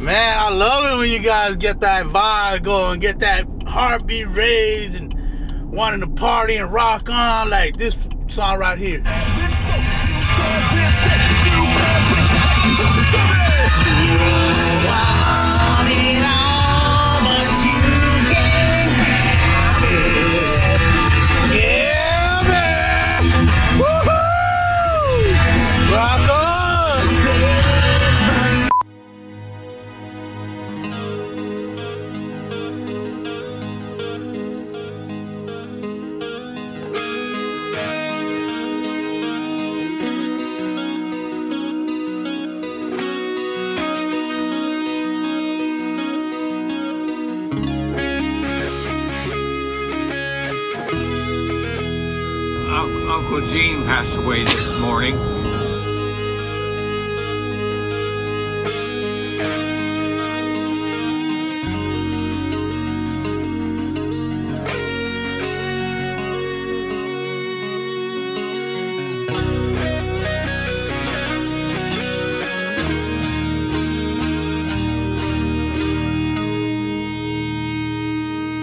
Man, I love it when you guys get that vibe going, get that heartbeat raised, and wanting to party and rock on like this song right here. Yeah, man! Woohoo! Rock on! Un- Uncle Gene passed away this morning.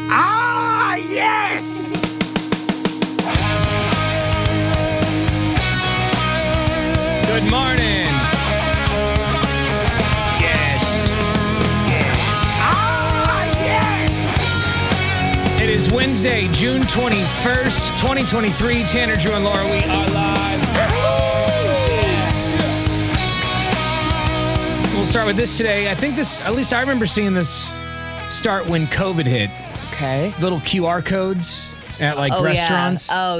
Ah, yes! Good morning. Yes. Yes. Ah, yes! It is Wednesday, June 21st, 2023. Tanner, Drew, and Laura, we are live. We'll start with this today. I think this, at least I remember seeing this start when COVID hit. Okay. Little QR codes at like restaurants. Oh, Yeah. Oh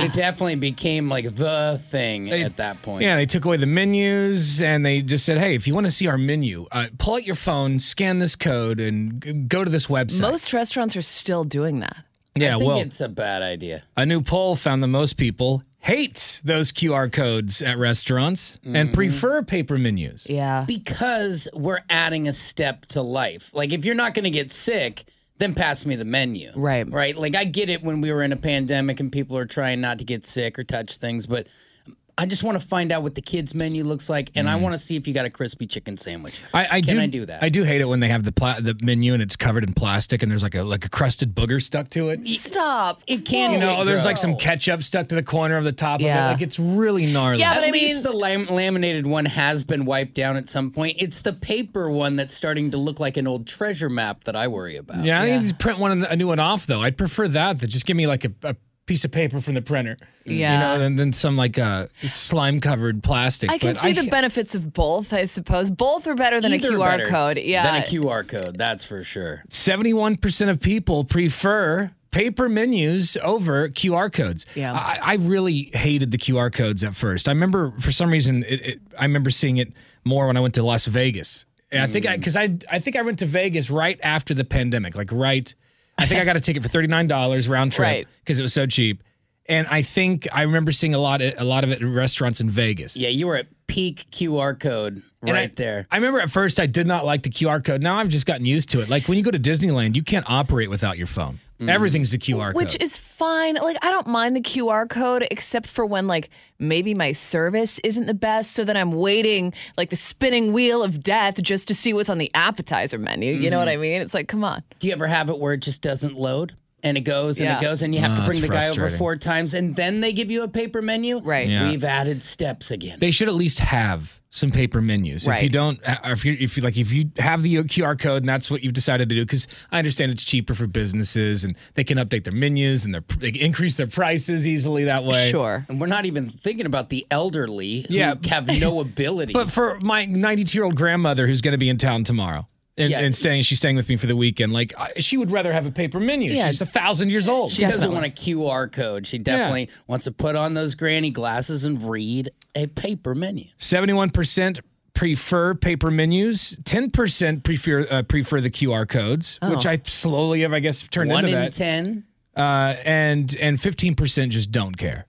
yeah. It definitely became like the thing They- at that point. Yeah, they took away the menus and they just said, hey, if you want to see our menu, uh, pull out your phone, scan this code, and g- go to this website. Most restaurants are still doing that. yeah, I think well, it's a bad idea. a new poll found that most people hate those QR codes at restaurants Mm-hmm. and prefer paper menus. Yeah. Because we're adding a step to life. Like, if you're not going to get sick, then pass me the menu. Right. Right. Like, I get it when we were in a pandemic and people are trying not to get sick or touch things, but I just want to find out what the kids' menu looks like and I want to see if you got a crispy chicken sandwich. I, I Can do, I do that? I do hate it when they have the pla- the menu and it's covered in plastic and there's like a like a crusted booger stuck to it. Stop. It can- You know, Yes. or there's like some ketchup stuck to the corner of the top Yeah. of it. Like it's really gnarly. Yeah, At But I least mean- the lam- laminated one has been wiped down at some point. It's the paper one that's starting to look like an old treasure map that I worry about. yeah, I need to print one a new one off though. I'd prefer that than just give me like a, a piece of paper from the printer. Yeah. You know, than, than some like uh, slime covered plastic. I can But see the benefits of both, I suppose. Both are better than Either a QR better code. Than Yeah. a QR code, that's for sure. 71% of people prefer paper menus over QR codes. Yeah. I, I really hated the QR codes at first. I remember for some reason, it, it, I remember seeing it more when I went to Las Vegas. And I think I, Mm. cause I, I think I went to Vegas right after the pandemic, like right. I think I got a ticket for $39 round trip Right. because it was so cheap. And I think I remember seeing a lot, a lot of it in restaurants in Vegas. Yeah, you were at peak QR code And I- right there. I remember at first I did not like the QR code. Now I've just gotten used to it. Like when you go to Disneyland, you can't operate without your phone. Mm. Everything's the QR code. Which is fine. Like I don't mind the QR code except for when like maybe my service isn't the best, so then I'm waiting like the spinning wheel of death just to see what's on the appetizer menu. You Mm-hmm. know what I mean? It's like, come on. Do you ever have it where it just doesn't load? And it goes and Yeah. it goes, and you have to Ah, that's bring the guy over frustrating. four times, and then they give you a paper menu. Right. Yeah. We've added steps again. they should at least have some paper menus. If you Right. don't, or if you if you like, if you have the QR code and that's what you've decided to do, because I understand it's cheaper for businesses and they can update their menus and their they can increase their prices easily that way. Sure. and we're not even thinking about the elderly who Yeah. have no ability. But for my 92 year old grandmother who's going to be in town tomorrow. And, Yeah. and staying, she's staying with me for the weekend. Like I, she would rather have a paper menu. Yeah. She's a thousand years old. She doesn't want a QR code. She definitely wants to put on those granny glasses and read a paper menu. 71% prefer paper menus 10% prefer uh, prefer the qr codes which i slowly have i guess turned One into in that ten. Uh, and and 15% just don't care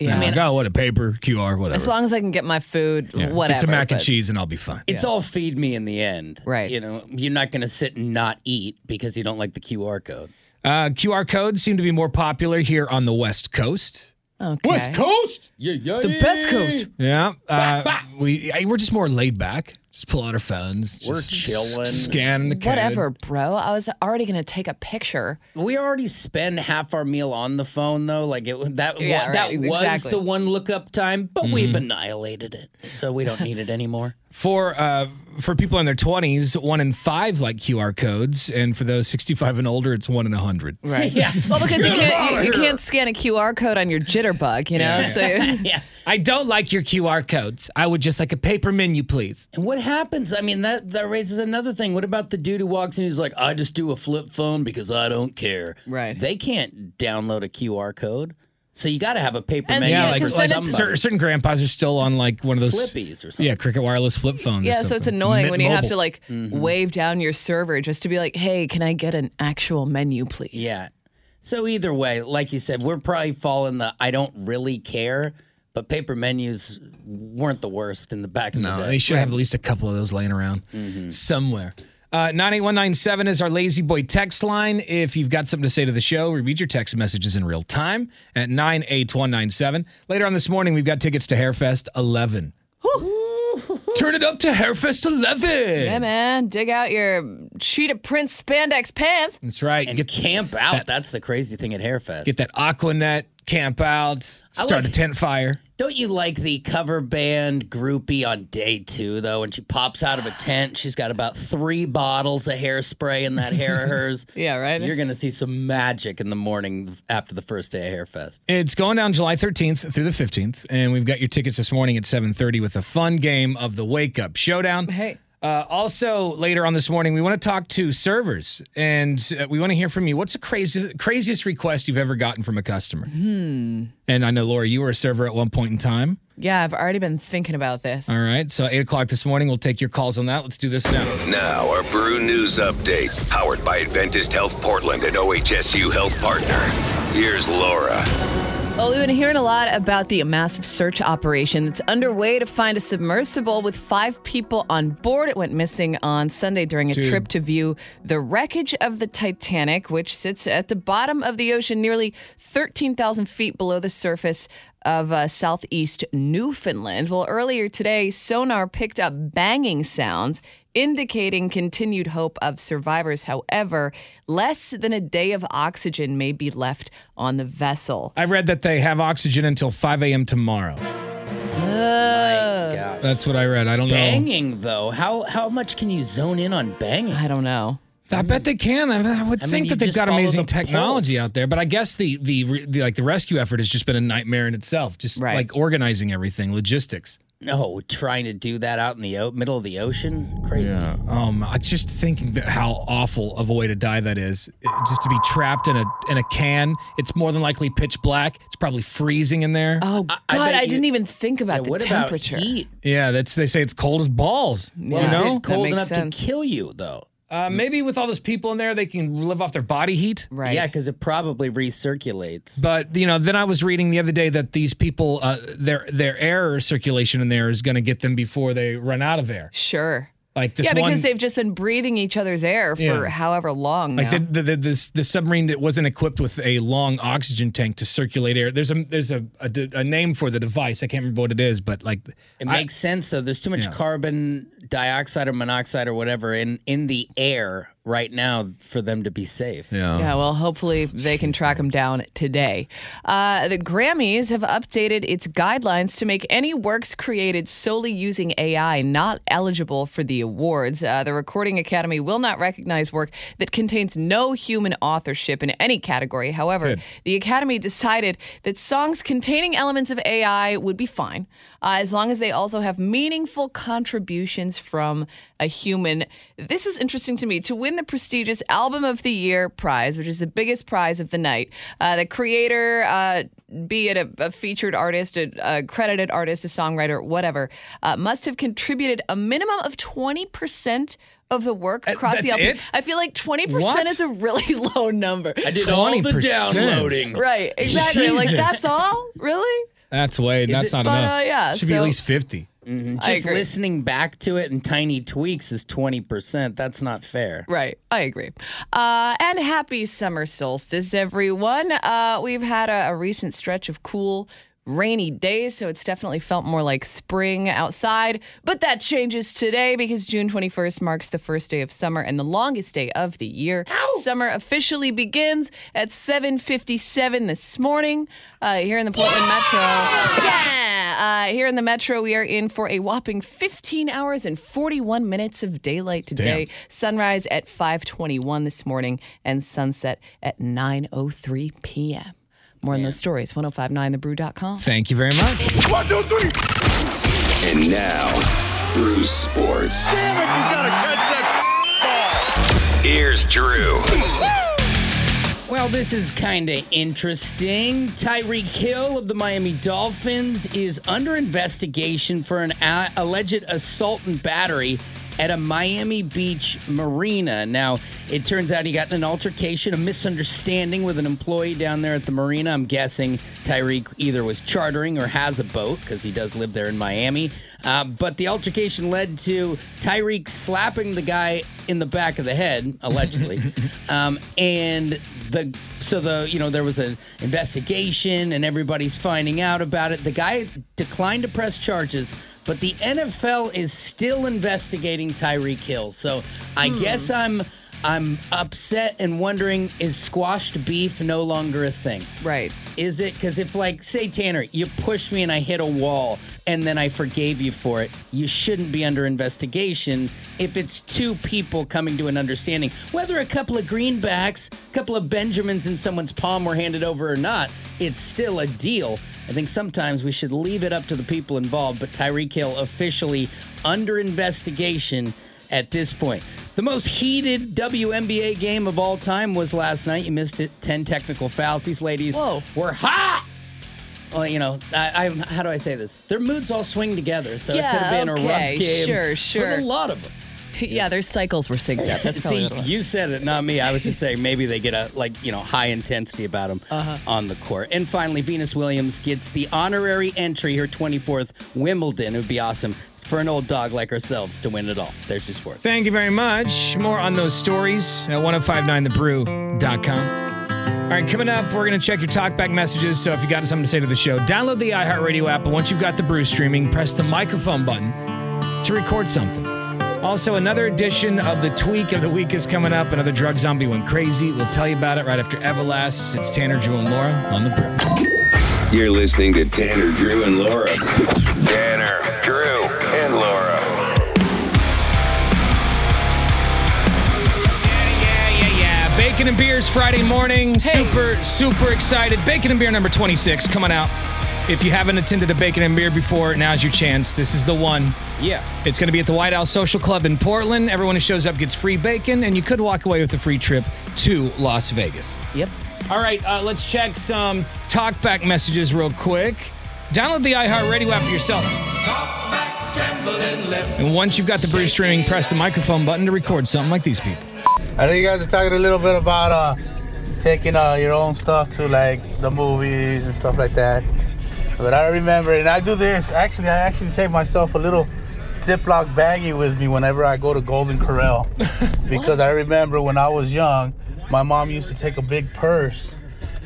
Yeah. I mean, oh what a paper qr whatever As long as I can get my food, Yeah. whatever. it's a mac and but- cheese and i'll be fine It's all feed me in the end. Right. You know, you're not going to sit and not eat because you don't like the QR code. uh, qr codes seem to be more popular here on the west coast Okay. coast Yeah, yeah. The best coast. yeah uh, we I, we're just more laid back Just pull out our phones. We're just s- chilling. Scan the code. Whatever, bro. I was already gonna take a picture. We already spend half our meal on the phone though. Like it was- that Yeah, wa- that right, was exactly. Mm-hmm. the one lookup time, but we've annihilated it. So we don't need it anymore. For uh, for people in their twenties, one in five like QR codes, and for those sixty-five and older, it's one in a hundred. Right. Yeah. Well, because you can't you, you can't scan a QR code on your jitterbug, you know. So Yeah. I don't like your QR codes. I would just like a paper menu, please. And what happens? I mean, that that raises another thing. What about the dude who walks in? He's like, "I just do a flip phone because I don't care." Right. They can't download a QR code, so you got to have a paper And menu yeah, for because then somebody. it's- Cer- certain grandpas are still on like one of those Flippies or something. Yeah, Cricket wireless flip phones. or yeah, so it's something. annoying when you have Mint to Mobile. like Mm-hmm. wave down your server just to be like, "Hey, can I get an actual menu, please?" yeah. So either way, like you said, we're probably falling the "I don't really care," but paper menus weren't the worst in the back of No, the they day. should have at least a couple of those laying around somewhere. Uh, 98197 is our lazy boy text line. If you've got something to say to the show, we read your text messages in real time at 98197. Later on this morning, we've got tickets to Hairfest 11. Turn it up to Hairfest 11. Yeah, man, dig out your cheetah print spandex pants. That's right. and get, camp out. That's the crazy thing at Hairfest. get that Aquanet, camp out, start like- a tent fire. Don't you like the cover band groupie on day two, though? When she pops out of a tent, she's got about three bottles of hairspray in that hair of hers. Yeah, right. You're going to see some magic in the morning after the first day of Hairfest. It's going down July 13th through the 15th, and we've got your tickets this morning at 7:30 with a fun game of the Wake Up Showdown. Hey. Uh, also, later on this morning, we want to talk to servers, and uh, we want to hear from you. What's the craziest craziest request you've ever gotten from a customer? Hmm. And I know, Laura, you were a server at one point in time. Yeah, I've already been thinking about this. All right, so eight o'clock this morning, we'll take your calls on that. Let's do this now. Now, our brew news update, powered by Adventist Health Portland and OHSU Health Partner. Here's Laura. Well, we've been hearing a lot about the massive search operation that's underway to find a submersible with five people on board. It went missing on Sunday during a trip to view the wreckage of the Titanic, which sits at the bottom of the ocean, nearly 13,000 feet below the surface of uh, southeast Newfoundland. Well, earlier today, sonar picked up banging sounds indicating continued hope of survivors. However, less than a day of oxygen may be left on the vessel. I read that they have oxygen until 5 a.m. tomorrow. My gosh. That's what I read. I don't know. Banging, though. How, how much can you zone in on banging? I don't know. I bet they can. I, I would I mean, think you that they've just got follow amazing the technology pulse. out there, but I guess the, the re- the like the rescue effort has just been a nightmare in itself. Just Right. like organizing everything, logistics. No, trying to do that out in the o- middle of the ocean? Crazy. Um, I just thinking that how awful of a way to die that is. It- just to be trapped in a in a can. It's more than likely pitch black. It's probably freezing in there. Oh God, I I, bet you- didn't even think about And the what about temperature. heat? yeah, that's they say it's cold as balls. Well, You is know, it cold makes enough sense. to kill you, though? uh, maybe with all those people in there, they can live off their body heat. Right. Yeah, because it probably recirculates. But you know, then I was reading the other day that these people, uh, their their air circulation in there is going to get them before they run out of air. Sure. Like this yeah, because one, they've just been breathing each other's air for Yeah. however long now. like the, the, the this the submarine that wasn't equipped with a long oxygen tank to circulate air. There's a there's a a, de- a name for the device. I can't remember what it is, but like It makes sense though. There's too much carbon dioxide or monoxide or whatever in in the air right now for them to be safe. Yeah, well, hopefully they can track them down today. Uh, the Grammys have updated its guidelines to make any works created solely using AI not eligible for the awards. Uh, the Recording Academy will not recognize work that contains no human authorship in any category. However, the Academy decided that songs containing elements of AI would be fine uh, as long as they also have meaningful contributions from a human. This is interesting to me. To win the prestigious Album of the Year prize, which is the biggest prize of the night, uh, the creator, uh, be it a, a featured artist, a, a credited artist, a songwriter, whatever, uh, must have contributed a minimum of 20%. Of the work across the Uh, that's album, it? I feel like twenty What? percent is a really low number. I did all the 20%. downloading. right? Exactly. Like Jesus. that's all, really? that's way that's it- not but, enough. uh, yeah, should be at so- least fifty. I Just agree. listening back to it in tiny tweaks is twenty percent. That's not fair. Right. I agree. Uh, and happy summer solstice, everyone. Uh, we've had a, a recent stretch of cool, rainy days, so it's definitely felt more like spring outside. But that changes today because June 21st marks the first day of summer and the longest day of the year. Summer officially begins at 7:57 this morning uh, here in the Portland Metro. Yeah, uh, here in the Metro, we are in for a whopping 15 hours and 41 minutes of daylight today. Sunrise at 5:21 this morning and sunset at 9:03 p.m. More on those stories, 1059thebrew.com. Thank you very much. One, two, three. And now, Drew Sports. Here's Drew. Well, this is kind of interesting. Tyreek Hill of the Miami Dolphins is under investigation for an a- alleged assault and battery at a Miami Beach marina. Now, it turns out he got in an altercation, a misunderstanding with an employee down there at the marina. I'm guessing Tyreek either was chartering or has a boat because he does live there in Miami. Uh, but the altercation led to Tyreek slapping the guy in the back of the head, allegedly. um, and the so the you know there was an investigation and everybody's finding out about it. The guy declined to press charges, but the NFL is still investigating Tyreek Hill. So I guess I'm I'm upset and wondering is squashed beef no longer a thing? Right. Is it because if, like, say, Tanner, you pushed me and I hit a wall and then I forgave you for it, you shouldn't be under investigation if it's two people coming to an understanding. Whether a couple of greenbacks, a couple of Benjamins in someone's palm were handed over or not, it's still a deal. I think sometimes we should leave it up to the people involved, but Tyreek Hill officially under investigation at this point. The most heated WNBA game of all time was last night. You missed it. 10 technical fouls. These ladies Whoa. were hot. Well, you know, I, I, how do I say this? Their moods all swing together, so it could have Yeah, been a okay, rough game. sure, For sure. a lot of them. Yeah, their cycles were synced up. That's probably See, what it was. you said it, not me. I was just saying maybe they get a like you know high intensity about them Uh-huh. on the court. And finally, Venus Williams gets the honorary entry, her 24th Wimbledon. It would be awesome for an old dog like ourselves to win it all. There's your sport. Thank you very much. More on those stories at 1059thebrew.com. All right, coming up, we're going to check your talkback messages. So if you got something to say to the show, download the iHeartRadio app. And once you've got the brew streaming, press the microphone button to record something. Also, another edition of the Tweak of the Week is coming up. Another drug zombie went crazy. We'll tell you about it right after Everlast. It's Tanner, Drew, and Laura on the brew. You're listening to Tanner, Drew, and Laura. Tanner, Drew, and Laura. Yeah, yeah, yeah. Bacon and Beers Friday morning. Super, super excited. Bacon and Beer number 26 coming out. If you haven't attended a Bacon and Beer before, now's your chance. This is the one. Yeah. It's going to be at the White House Social Club in Portland. Everyone who shows up gets free bacon, and you could walk away with a free trip to Las Vegas. Yep. All right, uh, let's check some talkback messages real quick. Download the iHeartRadio app for yourself. And once you've got the brew streaming, press the microphone button to record something like these people. I know you guys are talking a little bit about uh, taking uh, your own stuff to like the movies and stuff like that. But I remember, and I do this actually. I actually take myself a little Ziploc baggie with me whenever I go to Golden Corral, because I remember when I was young, my mom used to take a big purse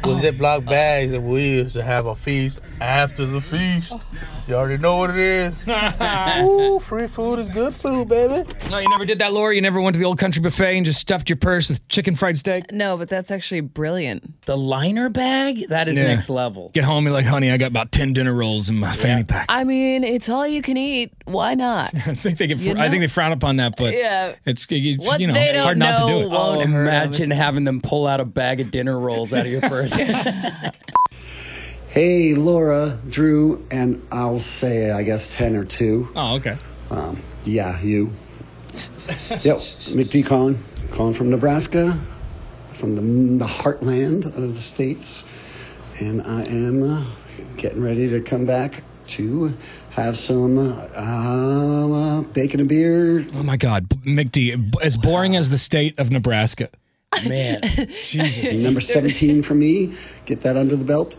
with Ziploc bags, and we used to have a feast after the feast. You already know what it is. Ooh, free food is good food, baby. No, you never did that, Laura. You never went to the old country buffet and just stuffed your purse with chicken fried steak. No, but that's actually brilliant. The liner bag? That is Yeah. next level. Get home, you're like, honey, I got about ten dinner rolls in my fanny pack. I mean, it's all you can eat. Why not? I think they get, You I think know? they frown upon that, but Yeah. it's you, What you know they don't hard not to know do it. won't Oh, hurt 'em. imagine having them pull out a bag of dinner rolls out of your purse. Hey, Laura, Drew, and I'll say, I guess, 10 or 2. Oh, okay. Um, yeah, you. yep, McD Collin. Calling from Nebraska, from the, the heartland of the states. And I am uh, getting ready to come back to have some uh, uh, bacon and beer. Oh my God, B- McD, b- as boring as the state of Nebraska. Man, Number 17 for me. Get that under the belt.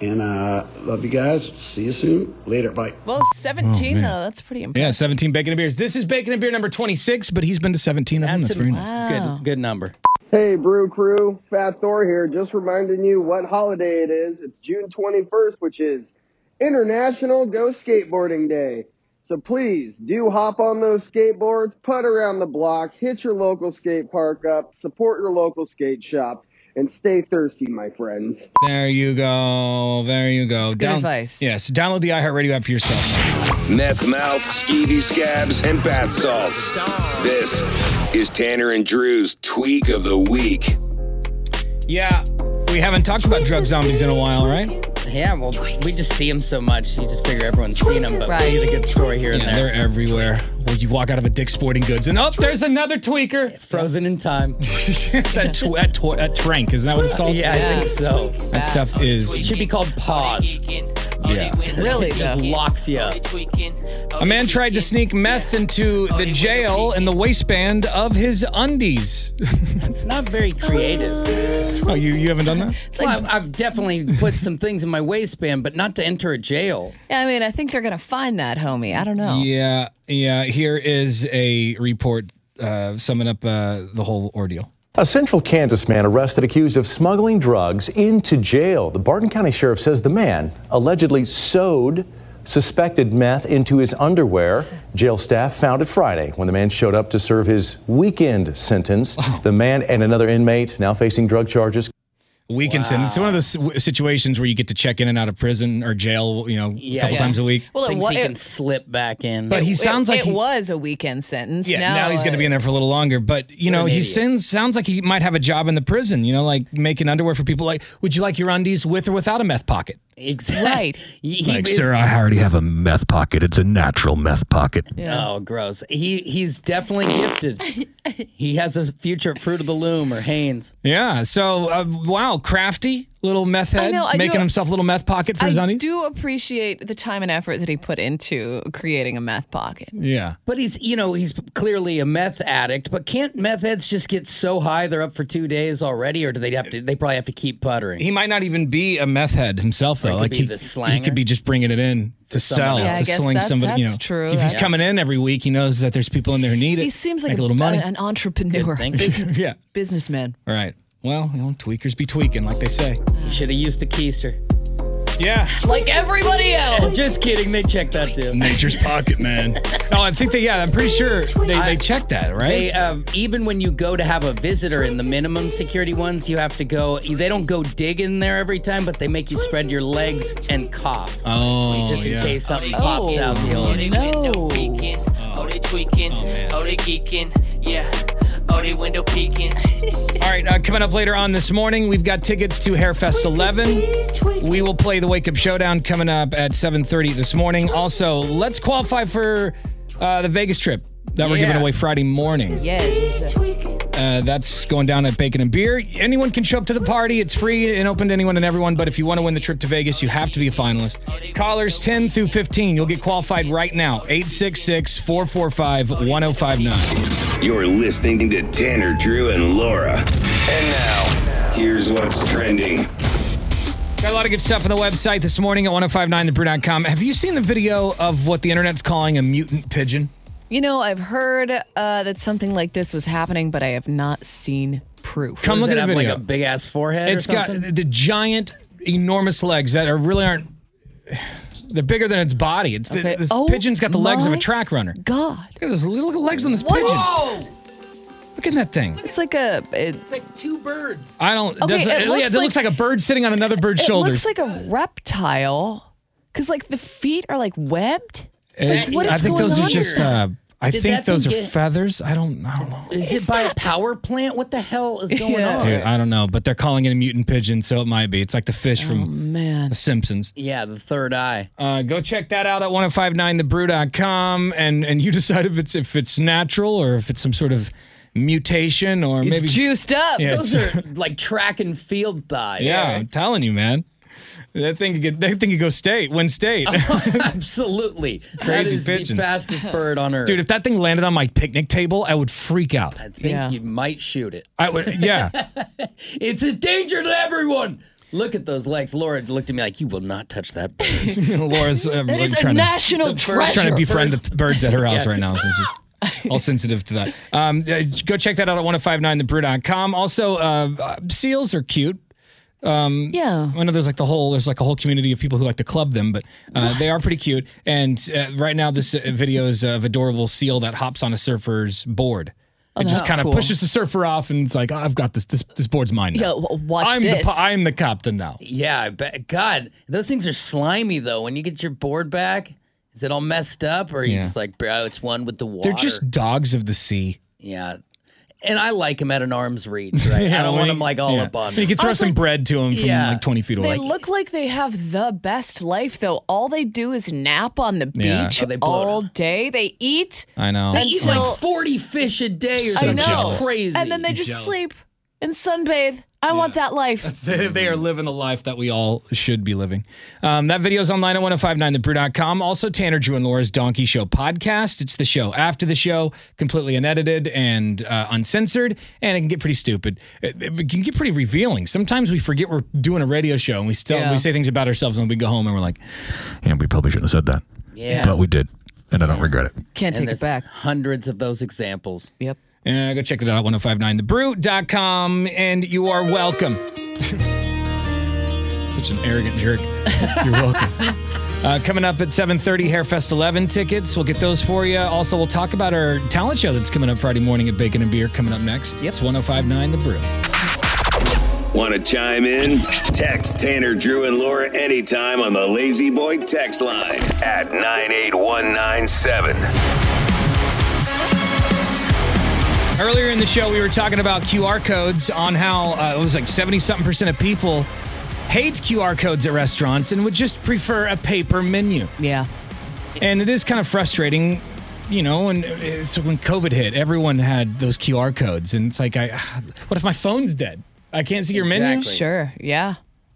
And uh, love you guys. See you soon. Later. Bye. Well, 17 man. though. That's pretty impressive. Yeah, seventeen bacon and beers. This is bacon and beer number twenty-six, but he's been to seventeen of them. That's that's very a nice. Wow. good, good number. Hey, Brew Crew, Fat Thor here, just reminding you what holiday it is. It's June 21st, which is International Go Skateboarding Day. So please do hop on those skateboards, putt around the block, hit your local skate park up, support your local skate shop, and stay thirsty, my friends. There you go. There you go. That's good advice. Yes. Download the iHeartRadio app for yourself. meth mouth, skeevy scabs, and bath salts. This is Tanner and Drew's Tweak of the Week. Yeah. We haven't talked about drug zombies in a while, right? Yeah, well, we just see them so much. You just figure everyone's seen them, but Right. we need a good story here and Yeah, there. they're everywhere. Well, you walk out of a Dick's Sporting Goods and oh, there's another tweaker. Frozen in time. that, tw- that, tw- that trank, isn't that what it's called? yeah, I think so. That stuff It is. should be called pause. Yeah. Really, It just though. locks you up. A man tried to sneak meth into the jail in the waistband of his undies. It's not very creative. Oh, you, you haven't done that? Well, I've, I've definitely put some things in my waistband, but not to enter a jail. Yeah, I mean, I think they're gonna find that, homie. I don't know. Yeah, yeah. Here is a report uh, summing up uh, the whole ordeal. A central Kansas man arrested accused of smuggling drugs into jail. The Barton County Sheriff says the man allegedly sewed suspected meth into his underwear. Jail staff found it Friday when the man showed up to serve his weekend sentence. The man and another inmate now facing drug charges. Weekend sentence. It's one of those w- situations where you get to check in and out of prison or jail, you know, a couple yeah. times a week. Well, it Things was. he can slip back in. But he sounds like it he- was a weekend sentence. Yeah, now, he's going to be in there for a little longer. But you know, an he idiot. sends, sounds like he might have a job in the prison. You know, like making underwear for people. Like, would you like your undies with or without a meth pocket? exactly. Right. He, he Like, is- sir, I already have a meth pocket. It's a natural meth pocket. Oh, gross. He he's definitely gifted. he has a future at Fruit of the Loom or Haynes. Yeah. So, uh, wow, crafty little meth head know, I do- making himself a little meth pocket for his I undies. do appreciate the time and effort that he put into creating a meth pocket. yeah. But he's you know he's clearly a meth addict. But can't meth heads just get so high they're up for two days already, or do they have to? They probably have to keep puttering. He might not even be a meth head himself, though. could like be he, the he slanger. could be just bringing it in to sell, someone else. Yeah, I to guess sling that's- somebody. you that's know, true. If he's That's- coming in every week, he knows that there's people in there who need it. He seems like make a little money. an entrepreneur, Good bus- thinking. yeah. businessman. All right. Well, you know, tweakers be tweaking, like they say. He should have used the keister. Yeah. Like everybody else. Just kidding. They checked that too. Nature's pocket, man. Oh, I think they, yeah, I'm pretty sure they, they checked that, right? They uh, even when you go to have a visitor in the minimum security ones, you have to go. They don't go dig in there every time, but they make you spread your legs and cough. oh, just in yeah. case something Oh, pops out the old. no. Oh, they tweaking. Oh, they geeking. Yeah. Oh, they window peeking. All right, uh, coming up later on this morning, we've got tickets to Hairfest 11. We will play the Wake Up Showdown coming up at 7:30 this morning. Also, let's qualify for uh, the Vegas trip that we're giving Yeah. away Friday morning. Yes. Uh, that's going down at Bacon and Beer. Anyone can show up to the party. It's free and open to anyone and everyone. But if you want to win the trip to Vegas, you have to be a finalist. Callers 10 through 15, you'll get qualified right now. 866 445 1059. You're listening to Tanner, Drew, and Laura. And now, here's what's trending. Got a lot of good stuff on the website this morning at 1059thebrew.com. Have you seen the video of what the internet's calling a mutant pigeon? You know, I've heard uh, that something like this was happening, but I have not seen proof. Come Does look it at have the like video. a big ass forehead? it's or got something? the giant, enormous legs that are really aren't. They're bigger than its body. It's, Okay. This Oh pigeon's got the legs of a my track runner. God. Look at those little legs on this What? pigeon. Look at that thing. It's like a. It, I don't. Okay, doesn't, it yeah, looks that looks like- like a bird sitting on another bird's it shoulder. looks like a reptile. Because, like, the feet are, like, webbed. It- What I is think going those on are just. here? Uh, I Did think that thing those are get- feathers. I don't. I don't know. Is is it by a that? power plant? What the hell is going Yeah. on? Dude, I don't know, but they're calling it a mutant pigeon, so it might be. It's like the fish from Oh, Man. The Simpsons. Yeah, the third eye. Uh, go check that out at 1059thebrew.com and and you decide if it's if it's natural or if it's some sort of mutation or He's maybe juiced up. Yeah, Those are like track and field thighs. Yeah, I'm telling you, man. That thing could get, that thing could go state, win state. absolutely. that crazy is pigeon. the fastest bird on earth. Dude, if that thing landed on my picnic table, I would freak out. I think Yeah. you might shoot it. I would yeah. It's a danger to everyone. Look at those legs. Laura looked at me like, "You will not touch that bird." Laura's uh, That really is a trying to national birds- She's treasure. trying to befriend the birds at her house right now. So she's all sensitive to that. oh Um, uh, go check that out at 1059thebrew.com. Also, uh, uh, seals are cute. yeah. I know there's like the whole there's like a whole community of people who like to club them, but uh, they are pretty cute. And uh, right now, this uh, video is of adorable seal that hops on a surfer's board. it just Oh, that's kind of cool. pushes the surfer off, and it's like "Oh, I've got this. This this board's mine Yeah, now. w- watch I'm this. The, pa- I'm the captain now. Yeah, I bet. God, those things are slimy though. When you get your board back, is it all messed up, or are you Yeah. just like, bro, it's one with the water? They're just dogs of the sea. yeah. And I like them at an arm's reach, right? I don't when want you- them like all yeah. up on You me. can throw some bread to them from Yeah. like 20 feet away. They look like they have the best life, though. All they do is nap on the Yeah. beach Oh, they bloat. all day. They eat. I know. They eat until- like forty fish a day, or I I something know. jealous. crazy. And then they just sleep and sunbathe. I want that life. They, they are living the life that we all should be living. Um, that video is online at 1059thebrew.com. Also, Tanner, Drew, and Laura's Donkey Show podcast. It's the show after the show, completely unedited and uh, uncensored. And it can get pretty stupid. It, it can get pretty revealing. Sometimes we forget we're doing a radio show and we still Yeah. we say things about ourselves and we go home and we're like, yeah, we probably shouldn't have said that. Yeah. But we did. And I don't regret it. and Can't take it there's back. hundreds of those examples. Yep. Uh, go check it out, 1059thebrew.com, and you are welcome. Such an arrogant jerk. You're welcome. Uh, coming up at 7.30, Hairfest 11 tickets. We'll get those for you. Also, we'll talk about our talent show that's coming up Friday morning at Bacon and Beer coming up next. Yes, 1059 The Brew. Want to chime in? Text Tanner, Drew, and Laura anytime on the Lazy Boy text line at 98197. Earlier in the show, we were talking about QR codes on how uh, it was like 70 something percent of people hate QR codes at restaurants and would just prefer a paper menu. Yeah. And it is kind of frustrating, you know, and it's when COVID hit, everyone had those QR codes. And it's like, I, what if my phone's dead? I can't see your menu. Exactly. Sure. Yeah.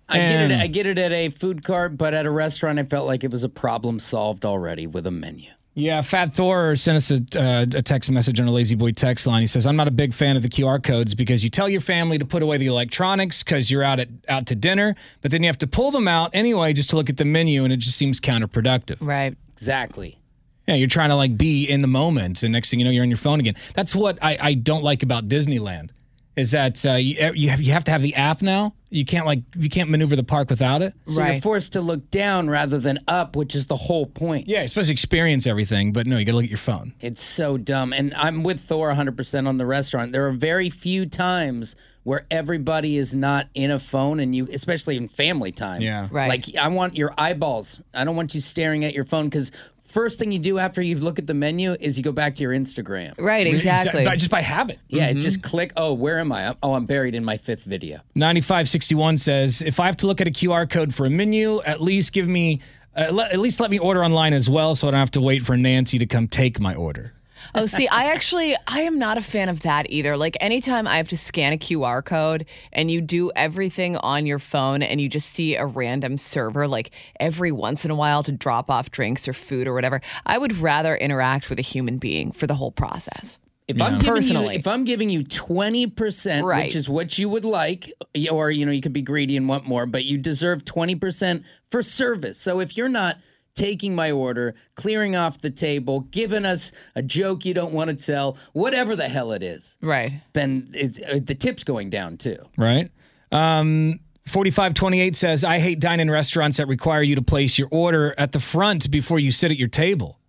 I get it. And- I get it at a food cart, but at a restaurant, I felt like it was a problem solved already with a menu. Yeah, Fat Thor sent us a, uh, a text message on a Lazy Boy text line. He says, "I'm not a big fan of the QR codes because you tell your family to put away the electronics because you're out at out to dinner, but then you have to pull them out anyway just to look at the menu, and it just seems counterproductive. Right. Exactly. Yeah, you're trying to like be in the moment, and next thing you know, you're on your phone again. That's what I, I don't like about Disneyland, is that uh, you you have you have to have the app now. You can't like you can't maneuver the park without it. So you're Right. forced to look down rather than up, which is the whole point. Yeah, you're supposed to experience everything, but no, you got to look at your phone. It's so dumb. And I'm with Thor 100% on the restaurant. There are very few times where everybody is not in a phone and you, especially in family time. Yeah. Right. Like, I want your eyeballs. I don't want you staring at your phone because first thing you do after you look at the menu is you go back to your Instagram. Right. Exactly. By- just by habit. Yeah, just Mm-hmm. click. Oh, where am I? Oh, I'm buried in my fifth video. 9561 says if i have to look at a qr code for a menu at least give me uh, le- at least let me order online as well so i don't have to wait for nancy to come take my order Oh, see, I actually I am not a fan of that either. Like anytime I have to scan a QR code and you do everything on your phone and you just see a random server like every once in a while to drop off drinks or food or whatever, I would rather interact with a human being for the whole process. If I'm giving Personally. you, if I'm giving you twenty percent, Right. which is what you would like, or you know, you could be greedy and want more, but you deserve twenty percent for service. So if you're not taking my order, clearing off the table, giving us a joke you don't want to tell, whatever the hell it is, Right. then it's, uh, the tip's going down too. right um 4528 says i hate dine-in restaurants that require you to place your order at the front before you sit at your table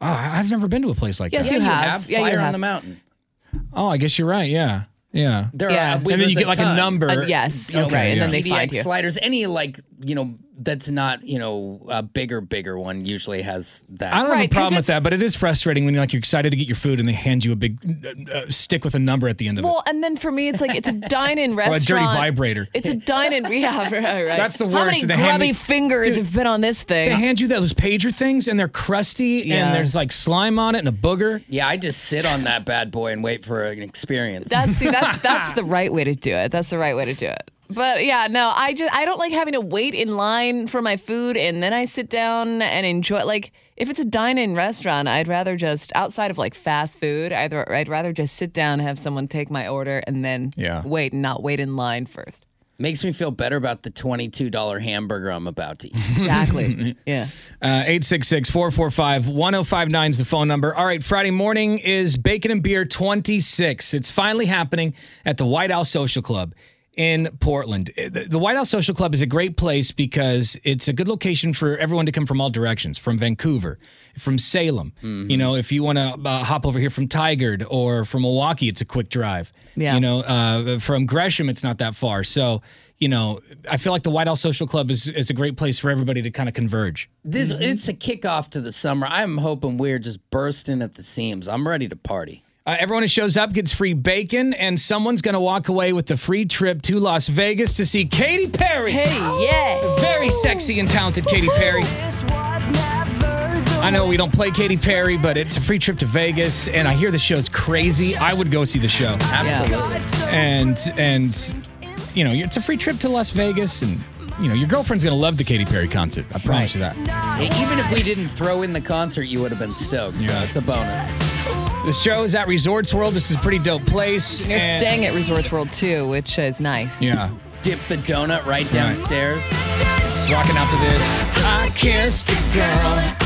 oh, I- i've never been to a place like Yes, that you have. Yeah, fire you on have. the mountain. oh i guess you're right yeah yeah There Yeah. are, And we- and then there's you get like ton. a number Uh, yes. Okay, right. And yeah. then they PDX find you. sliders, any like you know that's not you know a bigger bigger one usually has that. I don't Right, have a 'cause problem with it's- that, but it is frustrating when you're like you're excited to get your food and they hand you a big uh, uh, stick with a number at the end of Well, and then for me, it's like it's a dine-in it, or a restaurant. dirty vibrator. It's a dine-in. Yeah, right, right. That's the How worst, many and they hand grubby me- fingers Dude, have been on this They thing? hand you those pager things and they're crusty Yeah. and there's like slime on it and a booger. Yeah, I just sit on that bad boy and wait for an experience. That's see, that's that's the right way to do it. That's the right way to do it. But yeah, no, I just I don't like having to wait in line for my food and then I sit down and enjoy. Like if it's a dine-in restaurant, I'd rather just outside of like fast food. Either I'd rather just sit down, have someone take my order, and then Yeah. wait and not wait in line first. Makes me feel better about the twenty-two dollar hamburger I'm about to eat. Exactly. yeah. Uh, 866 445 1059 is the phone number. All right, Friday morning is Bacon and Beer 26. It's finally happening at the White Owl Social Club. in Portland. Uh, The the White House Social Club is a great place because it's a good location for everyone to come from all directions, from Vancouver, from Salem. You know, if you want to uh, hop over here from Tigard or from Milwaukee, it's a quick drive. Yeah. You know, uh, from Gresham, it's not that far. So, you know, I feel like the White House Social Club is, is a great place for everybody to kind of converge. This it's the kickoff to the summer. I'm hoping we're just bursting at the seams. I'm ready to party. Uh, everyone who shows up gets free bacon, and someone's going to walk away with the free trip to Las Vegas to see Katy Perry. Hey, yeah. Very sexy and talented Katy Perry. I know we don't play Katy Perry, but it's a free trip to Vegas, and I hear the show's crazy. I would go see the show, Absolutely. and and you know it's a free trip to Las Vegas, and you know your girlfriend's gonna love the Katy Perry concert. I promise you that. Hey, even if we didn't throw in the concert, you would have been stoked. So it's a bonus. The show is at Resorts World. This is a pretty dope place. They're staying at Resorts World too, which is nice. Yeah, Dip the donut right downstairs. rocking out to this. I kissed a girl.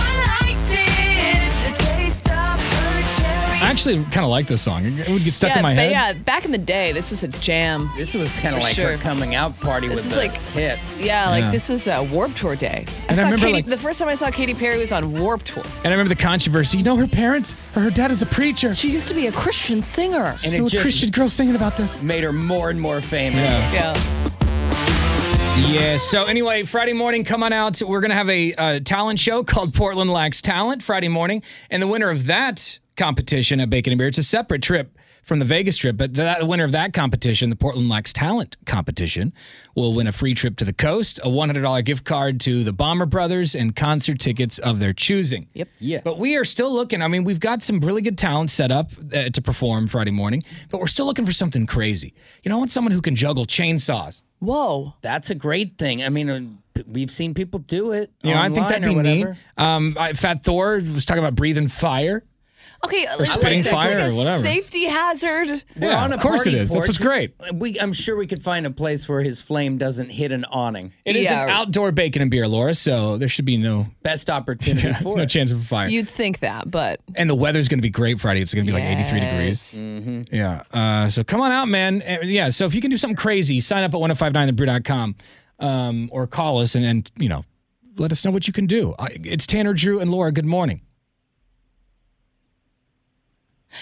I actually kind of like this song. It would get stuck yeah, in my but head. yeah, back in the day, this was a jam. This was kind of For like sure. her coming out party This with is the like- hits. Yeah, like Yeah. this was uh, Warp Tour days. I And I saw remember, Katy, like- the first time I saw Katy Perry was on Warp Tour. And I remember the controversy. You know, her parents, or her dad is a preacher. She used to be a Christian singer. And Still it a just Christian girl singing about this. made her more and more famous. yeah. Yeah. So anyway, Friday morning, come on out. We're gonna have a uh, talent show called Portland Lacks Talent Friday morning, and the winner of that competition at Bacon and Beer, it's a separate trip from the Vegas trip, but that, the winner of that competition, the Portland Lacks Talent competition, will win a free trip to the coast, a one hundred dollar gift card to the Bomber Brothers, and concert tickets of their choosing. Yep. Yeah. But we are still looking. I mean, we've got some really good talent set up uh, to perform Friday morning, but we're still looking for something crazy. You know, I want someone who can juggle chainsaws. Whoa. That's a great thing. I mean, uh, p- we've seen people do it. You know, I think online that'd or be neat. whatever. Um, I, Fat Thor was talking about breathing fire. Okay, or spitting like, fire that's or like a whatever. Safety hazard. We're yeah, on a of course it party is. That's what's porch. great. We, I'm sure we could find a place where his flame doesn't hit an awning. It is Yeah. an outdoor bacon and beer, Laura, so there should be no Best opportunity for no it. chance of a fire. You'd think that, but and the weather's going to be great Friday. It's going to be like 83 degrees. Yes. Mm-hmm. Yeah. Uh, so come on out, man. Uh, yeah. So if you can do something crazy, sign up at 1059thebrew.com um, or call us and, and, you know, let us know what you can do. I, it's Tanner, Drew, and Laura. Good morning.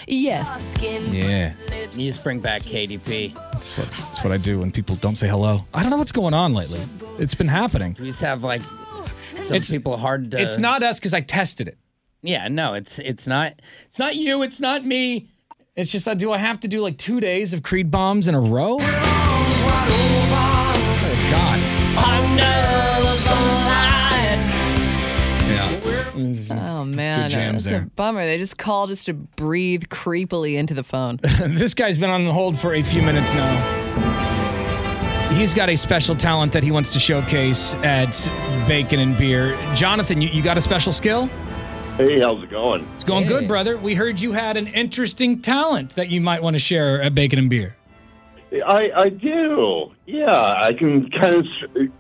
Yes. Yeah. You just bring back KDP. That's what, that's what I do when people don't say hello. I don't know what's going on lately. It's been happening. We just have like some It's- people hard to. It's not us because I tested it. Yeah, no, it's it's not. It's not you. It's not me. It's just, uh, do I have to do like two days of Creed bombs in a row? Oh, God. Yeah. Oh man, Good jams it's there. a bummer. They just called us to breathe creepily into the phone. This guy's been on hold for a few minutes now. He's got a special talent that he wants to showcase at Bacon and Beer. Jonathan, you, you got a special skill? Hey, how's it going? It's going good, brother. We heard you had an interesting talent that you might want to share at Bacon and Beer. I I do. Yeah, I can kind of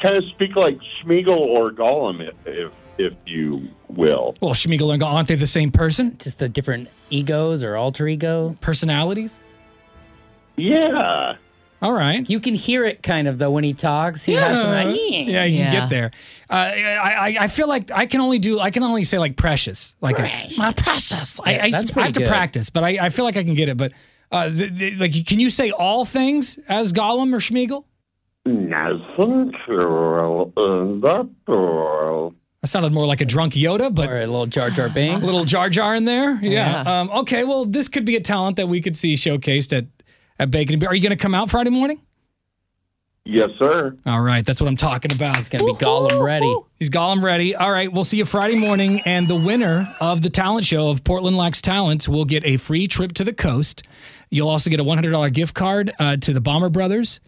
kind of speak like Schmiegel or Gollum, if if, if you will. Well, Schmiegel and Gall, aren't they the same person? Just the different egos or alter ego. Personalities? Yeah. All right. You can hear it kind of though when he talks. He has some like, Yeah, you can Yeah. get there. Uh, I, I I feel like I can only do I can only say like precious, like precious. my precious. I, Yeah, I, that's s- I pretty have to good. practice, but I, I feel like I can get it. But uh, the, the, like, can you say all things as Gollum or Schmiegel? Natural in the world. That sounded more like a drunk Yoda, but or a little Jar Jar Binks. little Jar Jar in there. Yeah. Um, okay. Well, this could be a talent that we could see showcased at at Bacon. and Beer. Are you going to come out Friday morning? Yes, sir. All right, that's what I'm talking about. It's gonna be Gollum ready. He's Gollum ready. All right, we'll see you Friday morning. And the winner of the talent show of Portland Lacks Talent will get a free trip to the coast. You'll also get a $100 gift card uh, to the Bomber Brothers.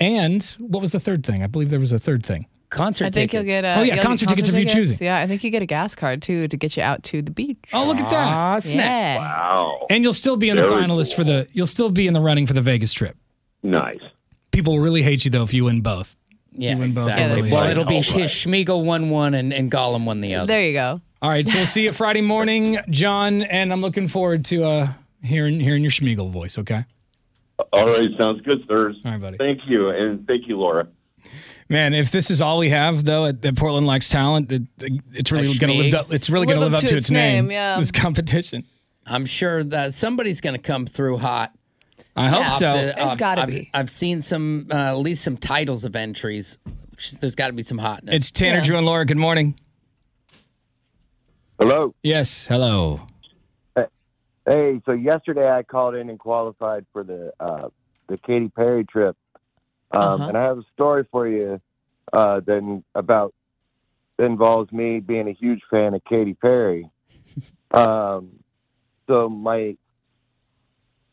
And what was the third thing? I believe there was a third thing. Concert. I think you'll tickets. get a Oh, yeah, concert tickets if you choosing. Yeah, I think you get a gas card too to get you out to the beach. Oh, look at that. Ah, snap. yeah. Wow. And you'll still be in the Very finalist for the you'll still be in the running for the Vegas trip. Nice. People will really hate you though if you win both. Yeah, win both. Yeah, exactly. that's well, right. it'll be All his right. Schmiegel one one and, and Gollum one the other. There you go. All right, so we'll see you Friday morning, John, and I'm looking forward to uh hearing hearing your Schmiegel voice, okay? All right, sounds good, sirs. All right, buddy. Thank you, and thank you, Laura. Man, if this is all we have though at, at Portland Lacks Talent, it, it's really A going to live schmeeg. up. It's really going to live up to its name. yeah. This competition. I'm sure that somebody's going to come through hot. uh, I hope so. There's gotta I've- be. I've seen some, uh, at least some titles of entries. There's got to be some hotness. It's Tanner, Yeah. Drew, and Laura. Good morning. Hello. Yes. Hello. Hey, so yesterday I called in and qualified for the uh, the Katy Perry trip, um, Uh-huh. and I have a story for you uh, then about that involves me being a huge fan of Katy Perry. um, so my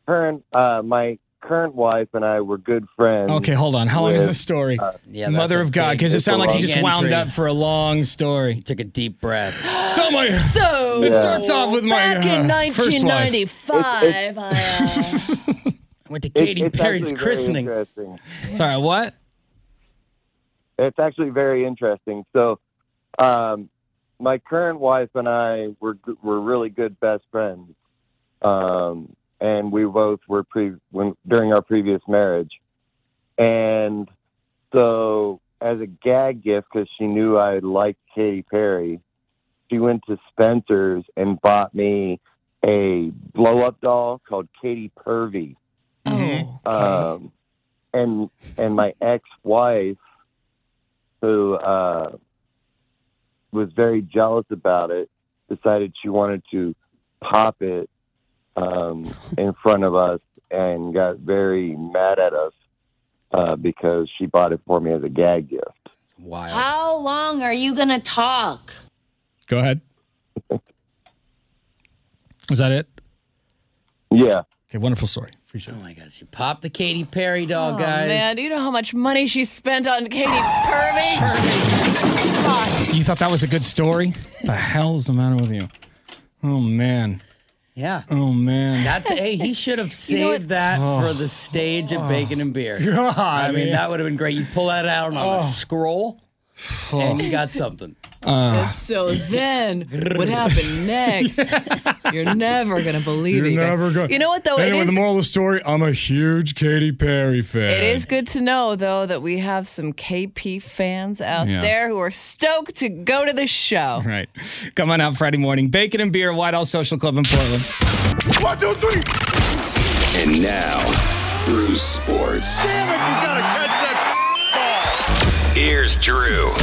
current uh, my current wife and uh, I were good friends. Okay, hold on. How long is with- this story? yeah, that's Mother a of God, big- because it it's a sounded like you long just wound entry. up for a long story. Took a deep breath. So my, So it starts off with my back in uh, first wife. 1995, I, uh, I went to It- Katy it's Perry's actually very christening. interesting. Sorry, what? it's actually very interesting. So, um, my current wife and I were were really good best friends, um, and we both were pre when during our previous marriage, and so as a gag gift because she knew I liked Katy Perry, she went to Spencer's and bought me a blow up doll called Katy Pervy. oh, Um, and and my ex-wife, who uh, was very jealous about it, decided she wanted to pop it um, in front of us and got very mad at us uh, because she bought it for me as a gag gift. Wild. How long are you gonna talk? Go ahead. Was that it? Yeah. Okay, wonderful story. Appreciate Oh it. my God! She popped the Katy Perry doll, Oh, guys. man, do you know how much money she spent on Katy Pervy? Fuck. You thought that was a good story? the hell's the matter with you? Oh man. Yeah. Oh man. That's hey, he should have saved know what- that for the stage of bacon and beer. God, I mean, man. that would have been great. You pull that out on a scroll, and you got something. And so then, what happened next? You're never gonna believe it. you guys. You know what though? it is. of the story, I'm a huge Katy Perry fan. it is good to know though that we have some KP fans out Yeah. there who are stoked to go to the show. Right. Come on out Friday morning. Bacon and beer, White House Social Club in Portland. One, two, three. And now, Drew's Sports. Damn it, you gotta catch that ball. Here's Drew.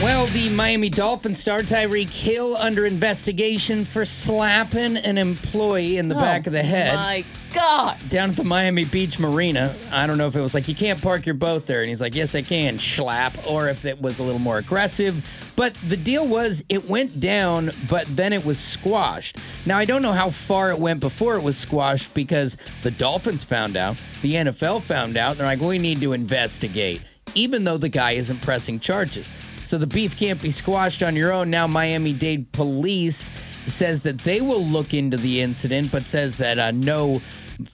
Well, the Miami Dolphins star Tyreek Hill under investigation for slapping an employee in the back of the head Oh, My God. down at the Miami Beach Marina. I don't know if it was like you can't park your boat there, and he's like, "Yes, I can," schlap, or if it was a little more aggressive. But the deal was, it went down, but then it was squashed. Now I don't know how far it went before it was squashed because the Dolphins found out, the NFL found out, and they're like, "We need to investigate," even though the guy isn't pressing charges. So the beef can't be squashed on your own. Now Miami Dade police says that they will look into the incident, but says that uh, no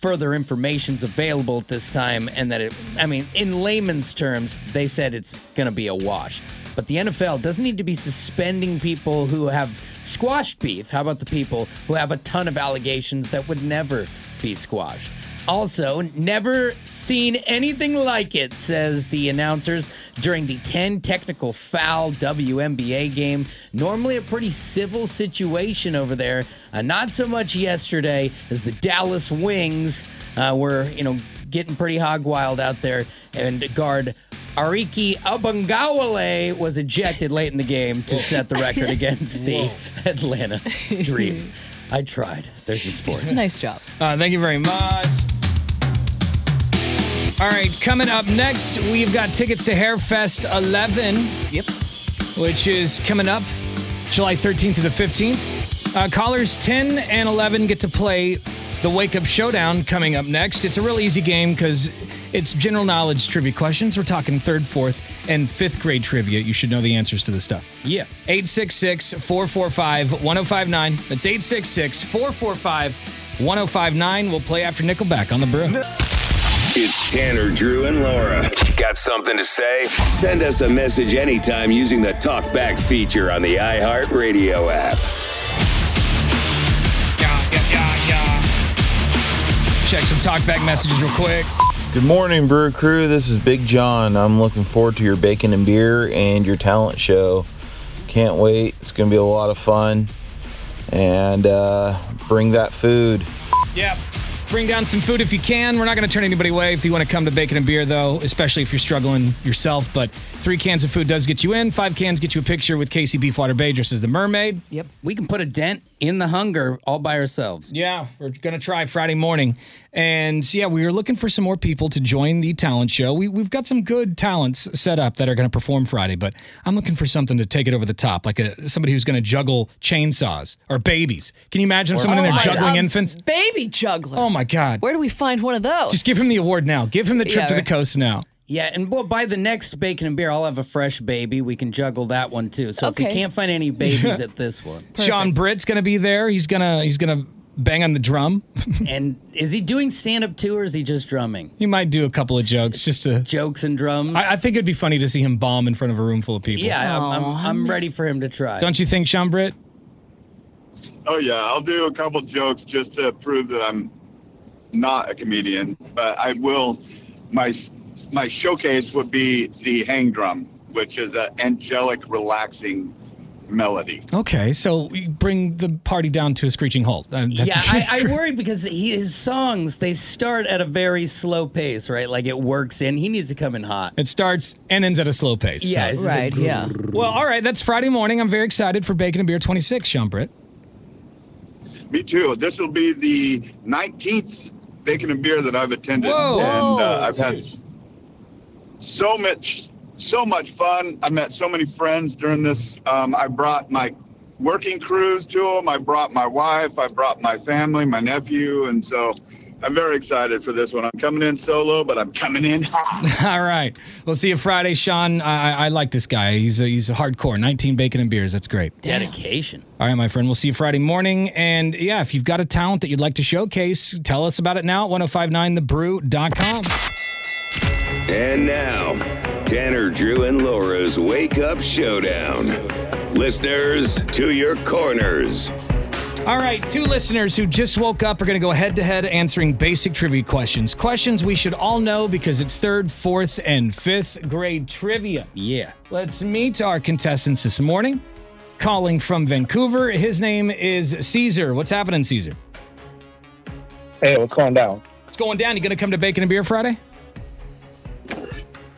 further information's available at this time, and that it. I mean, in layman's terms, they said it's going to be a wash. But the NFL doesn't need to be suspending people who have squashed beef. How about the people who have a ton of allegations that would never be squashed? Also, never seen anything like it, says the announcers during the 10 technical foul WNBA game. Normally a pretty civil situation over there. Uh, not so much yesterday as the Dallas Wings uh, were, you know, getting pretty hog wild out there. And guard Ariki Abangawale was ejected late in the game to set the record against the Atlanta Dream. I tried. There's a sport. Nice job. Uh, thank you very much. All right, coming up next, we've got tickets to Hairfest 11. Yep. Which is coming up July 13th to the 15th. Uh, callers 10 and 11 get to play the Wake Up Showdown coming up next. It's a real easy game because it's general knowledge trivia questions. We're talking third, fourth, and fifth grade trivia. You should know the answers to this stuff. Yeah. 866 445 1059. That's 866 445 1059. We'll play after Nickelback on the brew. It's Tanner, Drew, and Laura. Got something to say? Send us a message anytime using the Talk Back feature on the iHeartRadio app. Yeah, yeah, yeah, yeah. check some talkback messages real quick. Good morning, Brew Crew. This is Big John. I'm looking forward to your bacon and beer and your talent show. Can't wait. It's going to be a lot of fun. And uh, bring that food. Yeah. Bring down some food if you can. We're not going to turn anybody away if you want to come to Bacon and Beer, though, especially if you're struggling yourself. But three cans of food does get you in. Five cans get you a picture with Casey Beefwater Bay dressed as the mermaid. Yep. We can put a dent in the hunger all by ourselves. Yeah, we're going to try Friday morning. And yeah, we are looking for some more people to join the talent show. We, we've got some good talents set up that are going to perform Friday, but I'm looking for something to take it over the top, like a, somebody who's going to juggle chainsaws or babies. Can you imagine Or someone in there fire. juggling Um, infants? Baby juggler. Oh, my God. Where do we find one of those? Just give him the award now. Give him the trip Yeah, to the right. coast now. Yeah, and well, by the next bacon and beer, I'll have a fresh baby. We can juggle that one too. So if Okay. you can't find any babies at this one, Sean Britt's gonna be there. He's gonna he's gonna bang on the drum. and is he doing stand up too, or is he just drumming? He might do a couple of jokes, just to jokes and drums. I, I think it'd be funny to see him bomb in front of a room full of people. Yeah, I'm, I'm, I'm ready for him to try. Don't you think, Sean Britt? Oh yeah, I'll do a couple jokes just to prove that I'm not a comedian, but I will. My my showcase would be the hang drum, which is an angelic, relaxing melody. Okay, so we bring the party down to a screeching halt. Uh, that's- yeah, I, I worry because he, his songs they start at a very slow pace, right? Like it works in. He needs to come in hot. It starts and ends at a slow pace. Yeah, so- it's just a Right, yeah. Well, all right. That's Friday morning. I'm very excited for Bacon and Beer 26, Sean Britt. Me too. This will be the 19th bacon and beer that I've attended, Whoa. and uh, Whoa. I've had so much so much fun. I met so many friends during this. Um, I brought my working crews to them. I brought my wife. I brought my family, my nephew, and so. I'm very excited for this one. I'm coming in solo, but I'm coming in hot. uh, All right. We'll see you Friday, Sean. I, I- I like this guy. He's a, he's a hardcore. 19 bacon and beers. That's great. Dedication. All right, my friend. We'll see you Friday morning. And yeah, if you've got a talent that you'd like to showcase, tell us about it now at 1059thebrew.com. And now, Tanner, Drew, and Laura's Wake Up Showdown. Listeners, to your corners. All right, two listeners who just woke up are going to go head to head answering basic trivia questions. Questions we should all know because it's third, fourth, and fifth grade trivia. Yeah. Let's meet our contestants this morning. Calling from Vancouver, his name is Caesar. What's happening, Caesar? Hey, what's going down? What's going down? You going to come to Bacon and Beer Friday?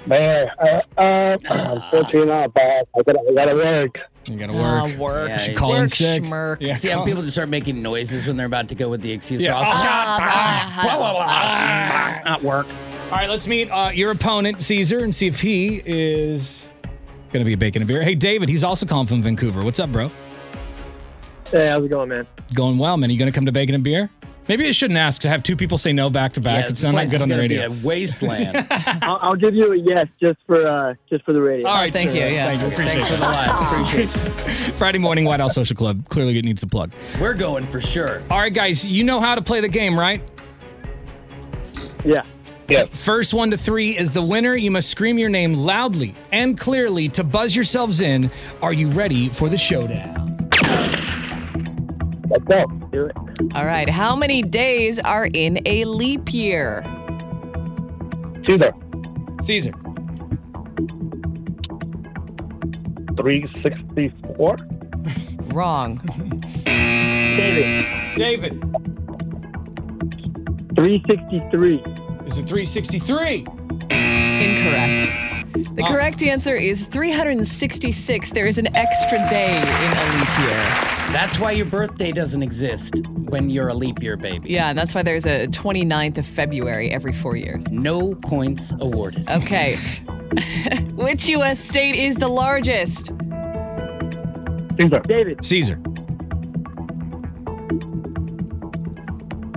Man, uh, uh, Ah. unfortunately not, but I gotta, I gotta work. You gotta work. work. Yeah, call in work, sick. schmirk. Yeah, See how call- people just start making noises when they're about to go with the excuse. Yeah. Yeah. Ah, blah, blah, blah, blah, at work. All right, let's meet uh, your opponent, Caesar, and see if he is going to be a Bacon and Beer. Hey, David, he's also calling from Vancouver. What's up, bro? Hey, how's it going, man? Going well, man. Are you going to come to Bacon and Beer? Maybe I shouldn't ask to have two people say no back to back. Yeah, it's this not place good is on the gonna be radio. a wasteland. I'll, I'll give you a yes just for uh, just for the radio. All right, sure. Thank you. Appreciate Thanks for it. the line. Appreciate it. Friday morning, White House Social Club. Clearly, it needs a plug. We're going for sure. All right, guys, you know how to play the game, right? Yeah. Yeah. First one to three is the winner. You must scream your name loudly and clearly to buzz yourselves in. Are you ready for the showdown? Let's go. Do it. All right. How many days are in a leap year? Caesar, Caesar. 364? Wrong. David, David. 363. Is it 363? Incorrect. The Oh. correct answer is 366. There is an extra day in a leap year. That's why your birthday doesn't exist when you're a leap year baby. Yeah, and that's why there's a 29th of February every four years. No points awarded. Okay. Which U.S. state is the largest? Caesar. David. Caesar.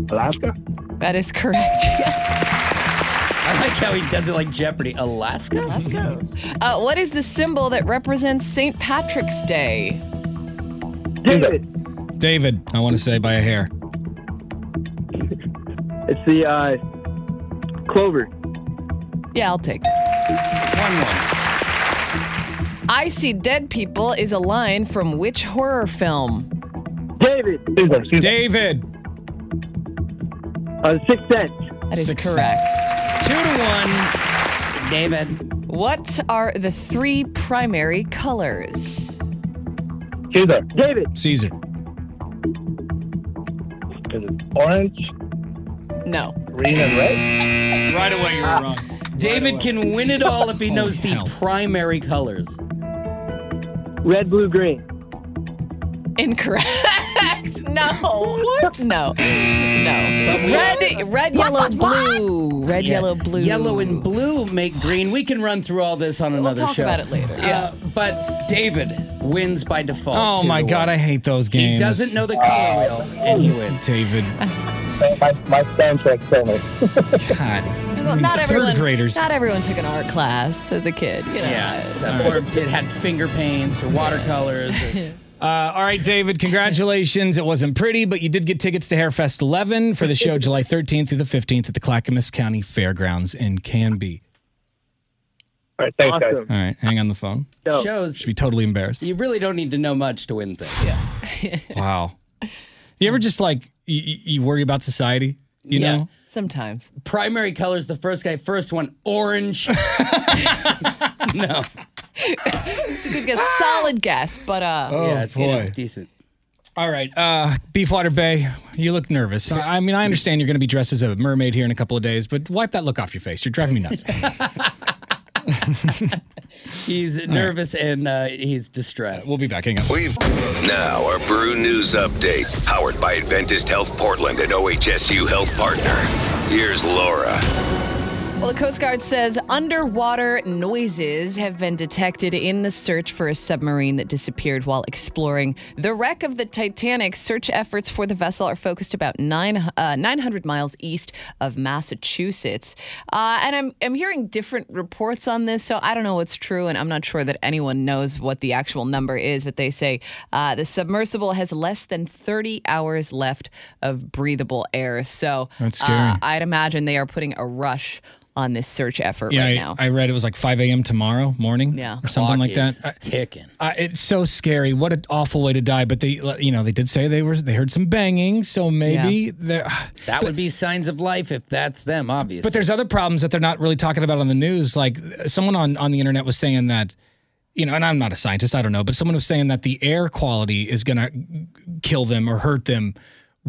Alaska? That is correct. I like how he does it like Jeopardy. Alaska? Alaska. Uh, what is the symbol that represents St. Patrick's Day? David. David, I want to say by a hair. It's the uh, Clover. Yeah, I'll take it. I See Dead People is a line from which horror film? David. Caesar. David. Uh, six cents. That is correct. Two to one, David. What are the three primary colors? Caesar. David. Caesar. Is it orange, No. green, and red? Right away, you're wrong. David can win it all if he knows the primary colors. Red, blue, green. Incorrect. no. What? No. No. we- Red, red, yellow, blue. Red, Yeah. yellow, blue. Yellow and blue make green. We can run through all this on another talk show. Uh, about it later. Yeah. but David wins by default. Oh two my to god, one. I hate those He games. doesn't know the color wheel, and he wins. David. My, my soundtrack family. God. Well, not Third everyone. graders. Not everyone took an art class as a kid. You know. Yeah, it's tough. or it had finger paints or watercolors. Or, Uh, all right, David, congratulations. It wasn't pretty, but you did get tickets to Hairfest 11 for the show July 13th through the 15th at the Clackamas County Fairgrounds in Canby. All right, thanks, guys. All right, hang on the phone. Shows Should be totally embarrassed. you really don't need to know much to win things. Yeah. Wow. You ever just like, you, you worry about society, you Yeah. know? Sometimes. Primary colors. The first guy first one orange. no. It's a good guess. Ah! Solid guess, but uh. yeah, it's, it is Oh, boy. decent. All right, uh, Beefwater Bay, you look nervous. I, I mean, I understand you're going to be dressed as a mermaid here in a couple of days, but wipe that look off your face. You're driving me nuts. He's nervous and uh, he's distressed. We'll be back. Hang on. We've now our brew news update, powered by Adventist Health Portland and OHSU Health Partner. Here's Laura. Well, the Coast Guard says underwater noises have been detected in the search for a submarine that disappeared while exploring the wreck of the Titanic. Search efforts for the vessel are focused about nine, uh, 900 miles east of Massachusetts. Uh, and I'm, I'm hearing different reports on this, so I don't know what's true, and I'm not sure that anyone knows what the actual number is, but they say uh, the submersible has less than 30 hours left of breathable air. So uh, That's scary. I'd imagine they are putting a rush on this search effort yeah, right I, now. I read it was like 5 a.m. tomorrow morning. Yeah. or something Clock like is that. I- Ticking. Uh, it's so scary. What an awful way to die. But they, you know, they did say they were they heard some banging, so maybe there. That would be signs of life if that's them, obviously. But there's other problems that they're not really talking about on the news. Like someone on on the internet was saying that, you know, and I'm not a scientist, I don't know, but someone was saying that the air quality is going to kill them or hurt them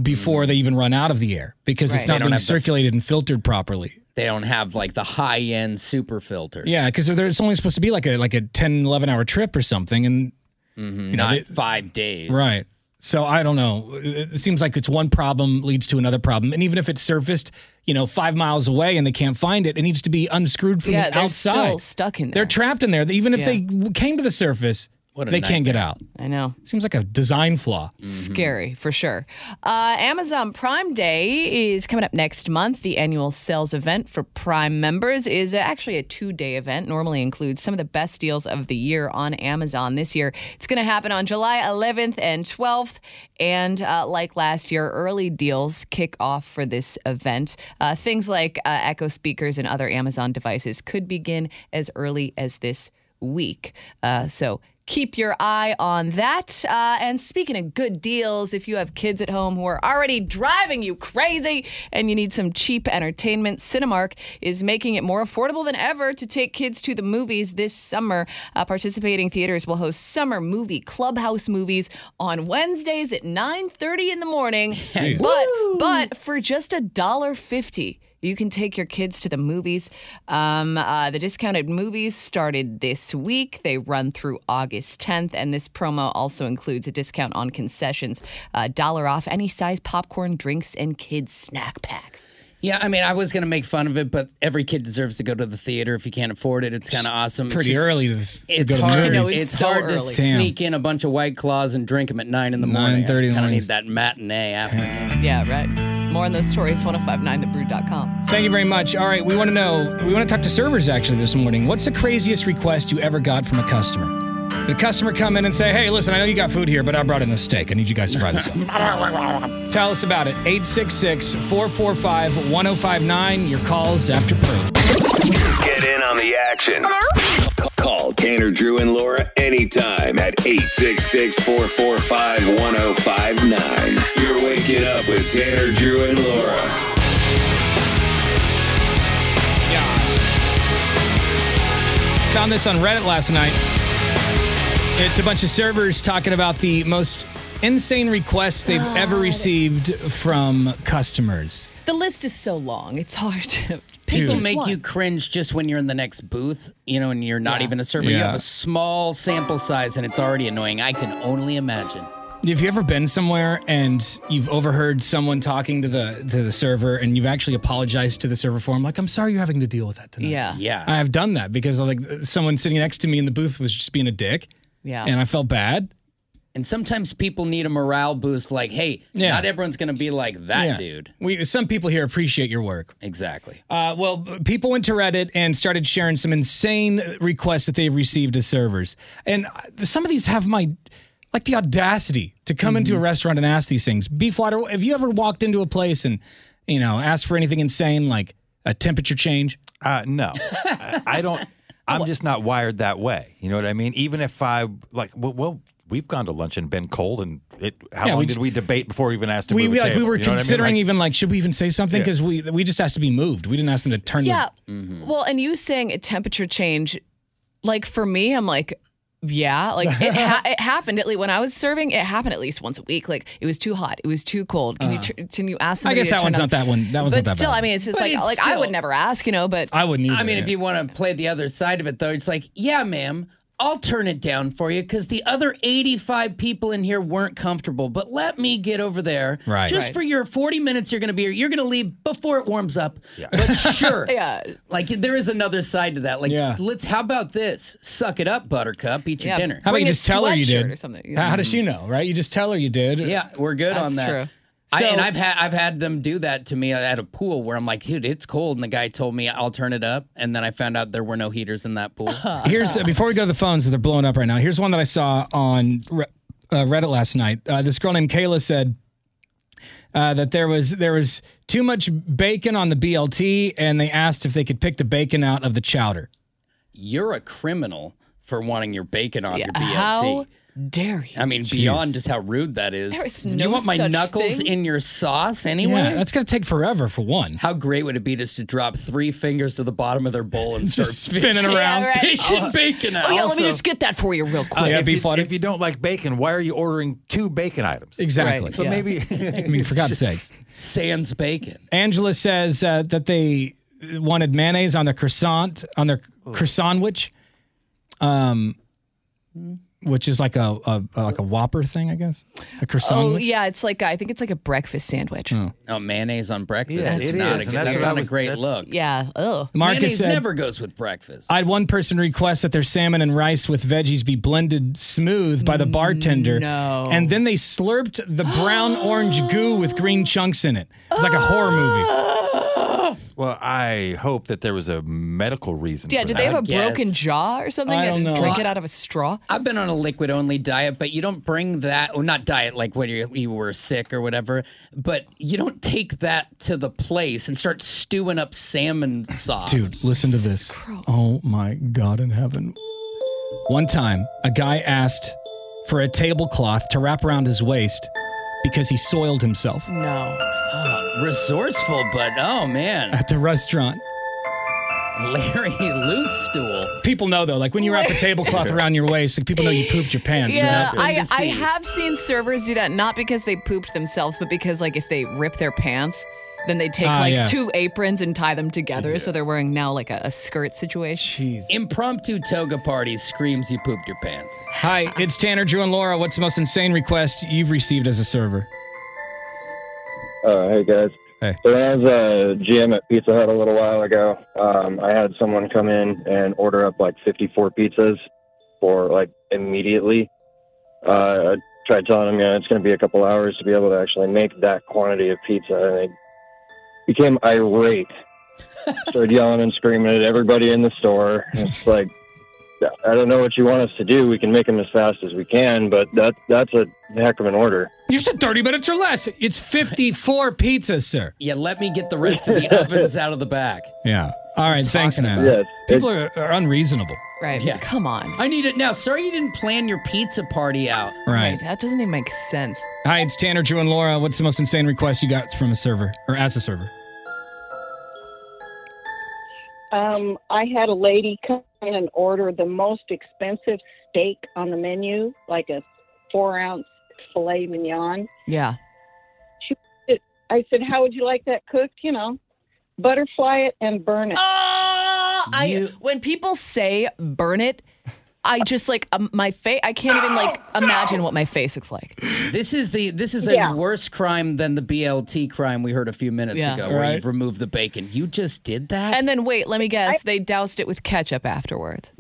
before they even run out of the air because Mm. Right. it's They not don't being have the- circulated and filtered properly. they don't have like the high end super filter. Yeah, because it's only supposed to be like a like a 10 11 hour trip or something and Mhm, You know, Not they- five days. Right. So I don't know. It it seems like it's one problem leads to another problem, and even if it's surfaced, you know, five miles away and they can't find it, it needs to be unscrewed from yeah, the they're outside. still stuck in there. They're trapped in there. Even if Yeah. they w- came to the surface, What a they can't get out. I know. Seems like a design flaw. Scary for sure. Uh, Amazon Prime Day is coming up next month. The annual sales event for Prime members is uh, actually a two day event, normally includes some of the best deals of the year on Amazon this year. It's going to happen on July 11th and 12th. And uh, like last year, early deals kick off for this event. Uh, things like uh, Echo speakers and other Amazon devices could begin as early as this week. Uh, so keep your eye on that. Uh, and speaking of good deals, if you have kids at home who are already driving you crazy and you need some cheap entertainment, Cinemark is making it more affordable than ever to take kids to the movies this summer. Uh, participating theaters will host summer movie clubhouse movies on Wednesdays at 9:30 in the morning. But but for just a dollar fifty. You can take your kids to the movies. Um, uh, the discounted movies started this week. They run through August 10th, and this promo also includes a discount on concessions, a dollar off any size popcorn, drinks, and kids' snack packs. Yeah, I mean, I was going to make fun of it, but every kid deserves to go to the theater if you can't afford it. It's kind of awesome. It's Pretty just- early to, th- to It's go to hard. movies. know, it's it's so hard to early. Damn. sneak in a bunch of white claws and drink them at nine in the morning. 9:30 in the I kind of morning. need that matinee afterwards. Yeah, right. More on those stories, 1059thebrew.com. Thank you very much. All right, we want to know. We want to talk to servers actually this morning. What's the craziest request you ever got from a customer? The customer come in and say, "Hey, listen, I know you got food here, but I brought in a steak. I need you guys to fry this up." Tell us about it. 866-445-1059. Your calls after Pearl. Get in on the action. Call Tanner, Drew, and Laura anytime at 866 oh 445 1059. You're waking up with Tanner, Drew, and Laura. Found this on Reddit last night. It's a bunch of servers talking about the most insane requests they've ever received from customers. The list is so long; it's hard to pick People just make one. you cringe just when you're in the next booth, you know, and you're not even a server. You Yeah. have a small sample size and it's already annoying. I can only imagine. Have you ever been somewhere and you've overheard someone talking to the to the server and you've actually apologized to the server for them? Like, I'm sorry you're having to deal with that tonight. Yeah. Yeah. I have done that because like someone sitting next to me in the booth was just being a dick. Yeah. And I felt bad. And sometimes people need a morale boost like, hey, Yeah. not everyone's going to be like that Yeah. dude. We some people here appreciate your work. Exactly. Uh, well, b- people went to Reddit and started sharing some insane requests that they've received as servers, and uh, some of these have my like the audacity to come into Mm-hmm. a restaurant and ask these things. Beefwater, have you ever walked into a place and you know asked for anything insane like a temperature change? Oh, Uh, no, I, I don't. I'm just not wired that way. You know what I mean? Even if I like, well, well we've gone to lunch and been cold, and it. How Yeah, long we did j- we debate before we even asked to We, move we a like we table? were You know what I mean? considering Like, even like should we even say something Yeah. because we we just asked to be moved. We didn't ask them to turn. the- Yeah. Mm-hmm. Well, and you saying a temperature change, like for me, I'm like, yeah, like it, ha- it happened at least when I was serving. It happened at least once a week. Like it was too hot, it was too cold. Can Uh, you tr- can you ask? I somebody guess to that turn one's on- not that one. That one's but not that still, bad. I mean, it's just But like it's like I still- would never ask, you know. But I wouldn't either. I mean, yeah. if you want to play the other side of it, though, it's like, yeah, ma'am, I'll turn it down for you because the other 85 people in here weren't comfortable. But let me get over there. Right. Just Right. for your 40 minutes you're going to be here. You're going to leave before it warms up. But sure. yeah. Like, there is another side to that. Like, Yeah. let's, how about this? Suck it up, Buttercup. Eat your Yeah, dinner. How about you just tell her you did? or something, How, how does she know, right? You just tell her you did. Yeah, we're good on that. That's true. I, So- and I've had I've had them do that to me at a pool where I'm like, dude, it's cold, and the guy told me I'll turn it up, and then I found out there were no heaters in that pool. Here's uh, before we go to the phones, they're blowing up right now. Here's one that I saw on Re- uh, Reddit last night. Uh, this girl named Kayla said uh, that there was there was too much bacon on the BLT, and they asked if they could pick the bacon out of the chowder. You're a criminal for wanting your bacon off your BLT. How dare you? I mean, beyond just how rude that is. There is you no want my such knuckles thing. in your sauce anyway? Yeah, that's gonna take forever for one. How great would it be just to drop three fingers to the bottom of their bowl and Just start spinning fishing- around. Yeah, right. fishing Oh. bacon out? Oh yeah, let Also- me just get that for you real quick. uh, if, you, if you don't like bacon, why are you ordering two bacon items? Exactly. So Yeah. maybe. I mean, for God's sakes. Sans bacon. Angela says uh, that they wanted mayonnaise on their croissant on their croissant which, um, which is like a, a like a Whopper thing, I guess. A croissant. Oh yeah, it's like I think it's like a breakfast sandwich. Oh, mayonnaise on breakfast. Yeah, it's it not a, is, and good- that's that's what I not was- a great that's- look. Yeah. Oh. Marcus mayonnaise said- never goes with breakfast. I had one person request that their salmon and rice with veggies be blended smooth by the bartender. No. And then they slurped the brown orange goo with green chunks in it. It's like a horror movie. Ah. well, I hope that there was a medical reason. Yeah, for did that. they have a broken jaw or something? I You had don't to know. Drink Well, it out of a straw. I've been on a liquid only diet, but you don't bring that, well, not diet, like when you, you were sick or whatever, but you don't take that to the place and start stewing up salmon sauce. Dude, listen to this. Oh my God in heaven. One time, a guy asked for a tablecloth to wrap around his waist because he soiled himself No. resourceful, but oh man, at the restaurant. Larry Loose Stool. People know though, like when you wrap a tablecloth around your waist, like people know you pooped your pants. Yeah, right? I, I have seen servers do that, not because they pooped themselves, but because like if they rip their pants, then they take Ah, like yeah. two aprons and tie them together, so they're wearing now like a, a skirt situation. Impromptu toga party screams you pooped your pants. Hi, it's Tanner, Drew, and Laura. What's the most insane request you've received as a server? Oh, hey guys. Hey. So when I was a GM at Pizza Hut a little while ago, um, I had someone come in and order up like 54 pizzas for like immediately. Uh, I tried telling them, you know, it's going to be a couple hours to be able to actually make that quantity of pizza, and they became irate. Started yelling and screaming at everybody in the store. It's like, I don't know what you want us to do. We can make them as fast as we can, but that that's a heck of an order. You said 30 minutes or less. It's 54 pizzas, sir. Yeah, let me get the rest of the ovens out of the back. Yeah. All right. Thanks, man. Yes, People are, are unreasonable. Right. Yeah. Come on. I need it now. Sorry you didn't plan your pizza party out. Right. That doesn't even make sense. Hi, it's Tanner, Drew, and Laura. What's the most insane request you got from a server or as a server? Um, I had a lady come and order the most expensive steak on the menu, like a four ounce filet mignon. Yeah. It, I said, How would you like that cooked? You know, butterfly it and burn it. Oh, I when people say burn it, I just like um, my face. I can't even like imagine what my face looks like. This is the this is Yeah. a worse crime than the BLT crime we heard a few minutes Yeah. ago, where Right. you've removed the bacon. You just did that. And then wait, let me guess. They doused it with ketchup afterwards.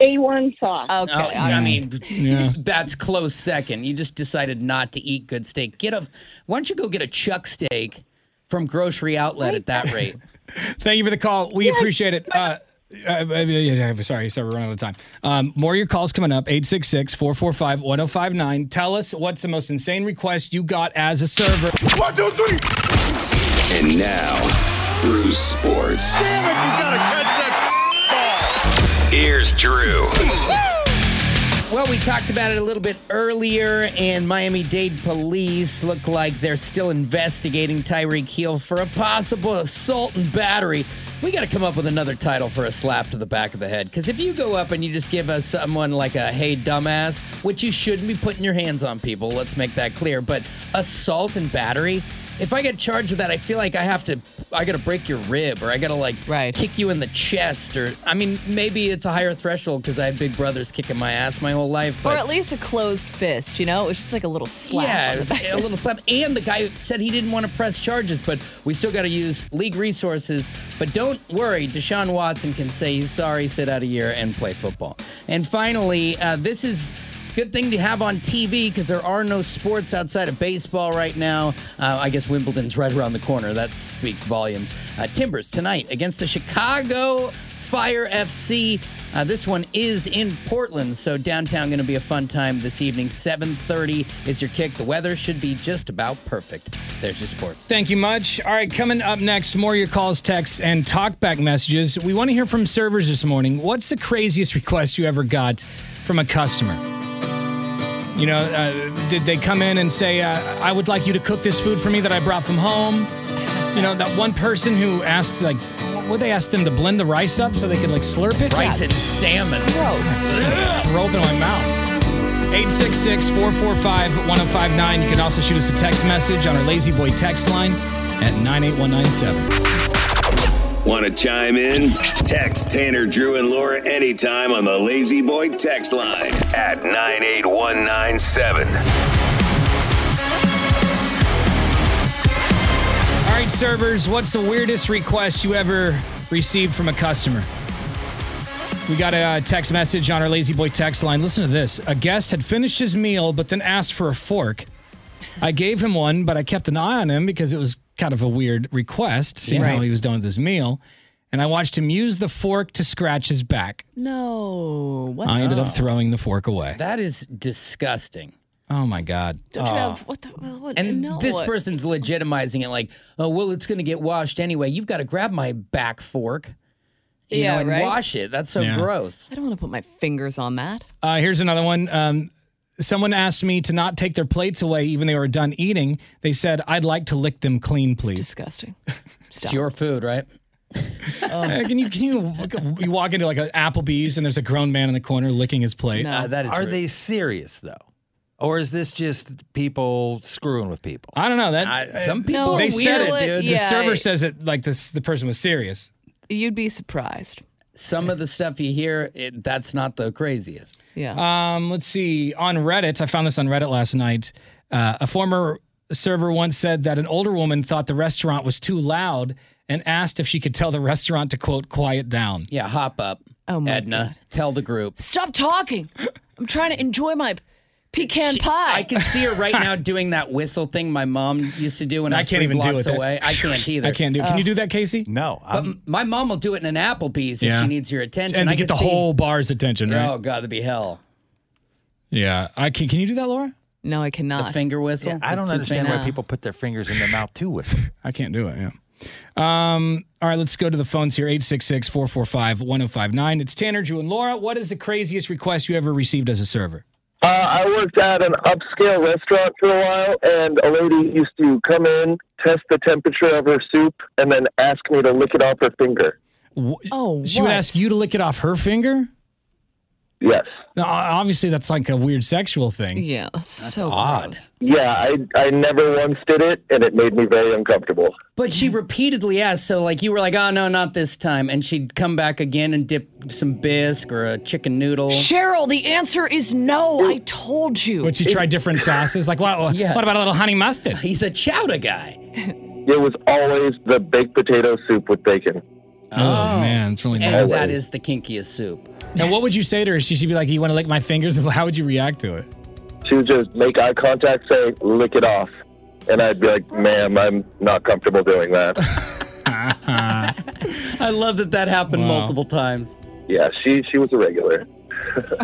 A1 sauce. Okay. Oh, all I right. mean, that's close second. You just decided not to eat good steak. Get a. Why don't you go get a chuck steak from grocery outlet at that rate? Thank you for the call. We appreciate it. Uh, uh, uh, yeah, yeah, sorry, sorry, we're running out of time. Um, more of your calls coming up 866 445 1059. Tell us what's the most insane request you got as a server. One, two, three. And now, Brew Sports. Damn it, you gotta catch that. Here's Drew. Well, we talked about it a little bit earlier, and Miami Dade police look like they're still investigating Tyreek Hill for a possible assault and battery. We got to come up with another title for a slap to the back of the head. Because if you go up and you just give us someone like a hey, dumbass, which you shouldn't be putting your hands on people, let's make that clear. But assault and battery, if I get charged with that, I feel like I have to, I got to break your rib or I got to like kick you in the chest. Or, I mean, maybe it's a higher threshold because I had big brothers kicking my ass my whole life. or But at least a closed fist. You know, it was just like a little slap. yeah, on it the was back. a little slap. And the guy said he didn't want to press charges, but we still got to use league resources. But don't worry, Deshaun Watson can say he's sorry, sit out a year, and play football. And finally, uh, this is. Good thing to have on TV because there are no sports outside of baseball right now. Uh, I guess Wimbledon's right around the corner. That speaks volumes. Uh, Timbers tonight against the Chicago Fire FC. Uh, this one is in Portland, so downtown going to be a fun time this evening. 7:30 is your kick. The weather should be just about perfect. There's your sports. Thank you much. All right, coming up next, more of your calls, texts, and talkback messages. We want to hear from servers this morning. What's the craziest request you ever got from a customer? You know, uh, did they come in and say, uh, "I would like you to cook this food for me that I brought from home"? You know, that one person who asked, like, would they ask them to blend the rice up so they could like slurp it? Rice and salmon. Gross. Throw open my mouth. 866 445 1059. You can also shoot us a text message on our Lazy Boy text line at 98197. Want to chime in? Text Tanner, Drew, and Laura anytime on the Lazy Boy text line at 98197. All right, servers, what's the weirdest request you ever received from a customer? We got a uh, text message on our Lazy Boy text line. Listen to this. A guest had finished his meal, but then asked for a fork. I gave him one, but I kept an eye on him because it was kind of a weird request, seeing Yeah. how he was done with his meal. And I watched him use the fork to scratch his back. No. What I ended the- up throwing the fork away. That is disgusting. Oh my god! Don't you have what the well, what, And no. this person's legitimizing it like, oh well, it's going to get washed anyway. You've got to grab my back fork, you Yeah, know, and right? wash it. That's so Yeah. gross. I don't want to put my fingers on that. Uh, here's another one. Um, someone asked me to not take their plates away, even they were done eating. They said, "I'd like to lick them clean, please." disgusting. It's your food, right? Uh, can you can you you walk into like an Applebee's and there's a grown man in the corner licking his plate? Are they serious though, or is this just people screwing with people? I don't know that. I- some people No, are they Oh, weird. said You know it, what? dude. Yeah, the server I- says it like this. The person was serious. You'd be surprised. Some of the stuff you hear, it, that's not the craziest. Yeah. Um, let's see. On Reddit, I found this on Reddit last night. Uh, a former server once said that an older woman thought the restaurant was too loud and asked if she could tell the restaurant to quote quiet down. Yeah, hop up. Oh my Edna, tell the group. Stop talking. I'm trying to enjoy my pecan She- pie. I can see her right now doing that whistle thing my mom used to do when I, I was can't three even do blocks it. That- away. I can't either. I can't do it. Can you do that, Casey? No. But m- my mom will do it in an Applebee's if Yeah. she needs your attention. and I to get could the see- whole bar's attention, right? Oh god, that'd be hell. Yeah. I can. Can you do that, Laura? No, I cannot. The finger whistle. I don't The two understand finger- why people put their fingers in their mouth to whistle. I can't do it. Yeah. Um, all right, let's go to the phones here 866 445 1059. It's Tanner, Drew, and Laura. What is the craziest request you ever received as a server? Uh, I worked at an upscale restaurant for a while, and a lady used to come in, test the temperature of her soup, and then ask me to lick it off her finger. oh, she would ask you to lick it off her finger. Yes. Now, o- obviously, that's like a weird sexual thing. Yeah, that's, so odd. Yeah, I I never once did it, and it made me very uncomfortable. But she repeatedly asked, so like you were like, "Oh no, not this time," and she'd come back again and dip some bisque or a chicken noodle. Cheryl, the answer is no. I told you. But she tried different sauces. Like what? What about a little honey mustard? He's a chowder guy. It was always the baked potato soup with bacon. Oh, man, it's really And nasty. that is the kinkiest soup. Now, what would you say to her? She'd be like, "You want to lick my fingers?" How would you react to it? She would just make eye contact, say "lick it off," and I'd be like, "Ma'am, I'm not comfortable doing that." I love that that happened multiple times. yeah, she she was a regular.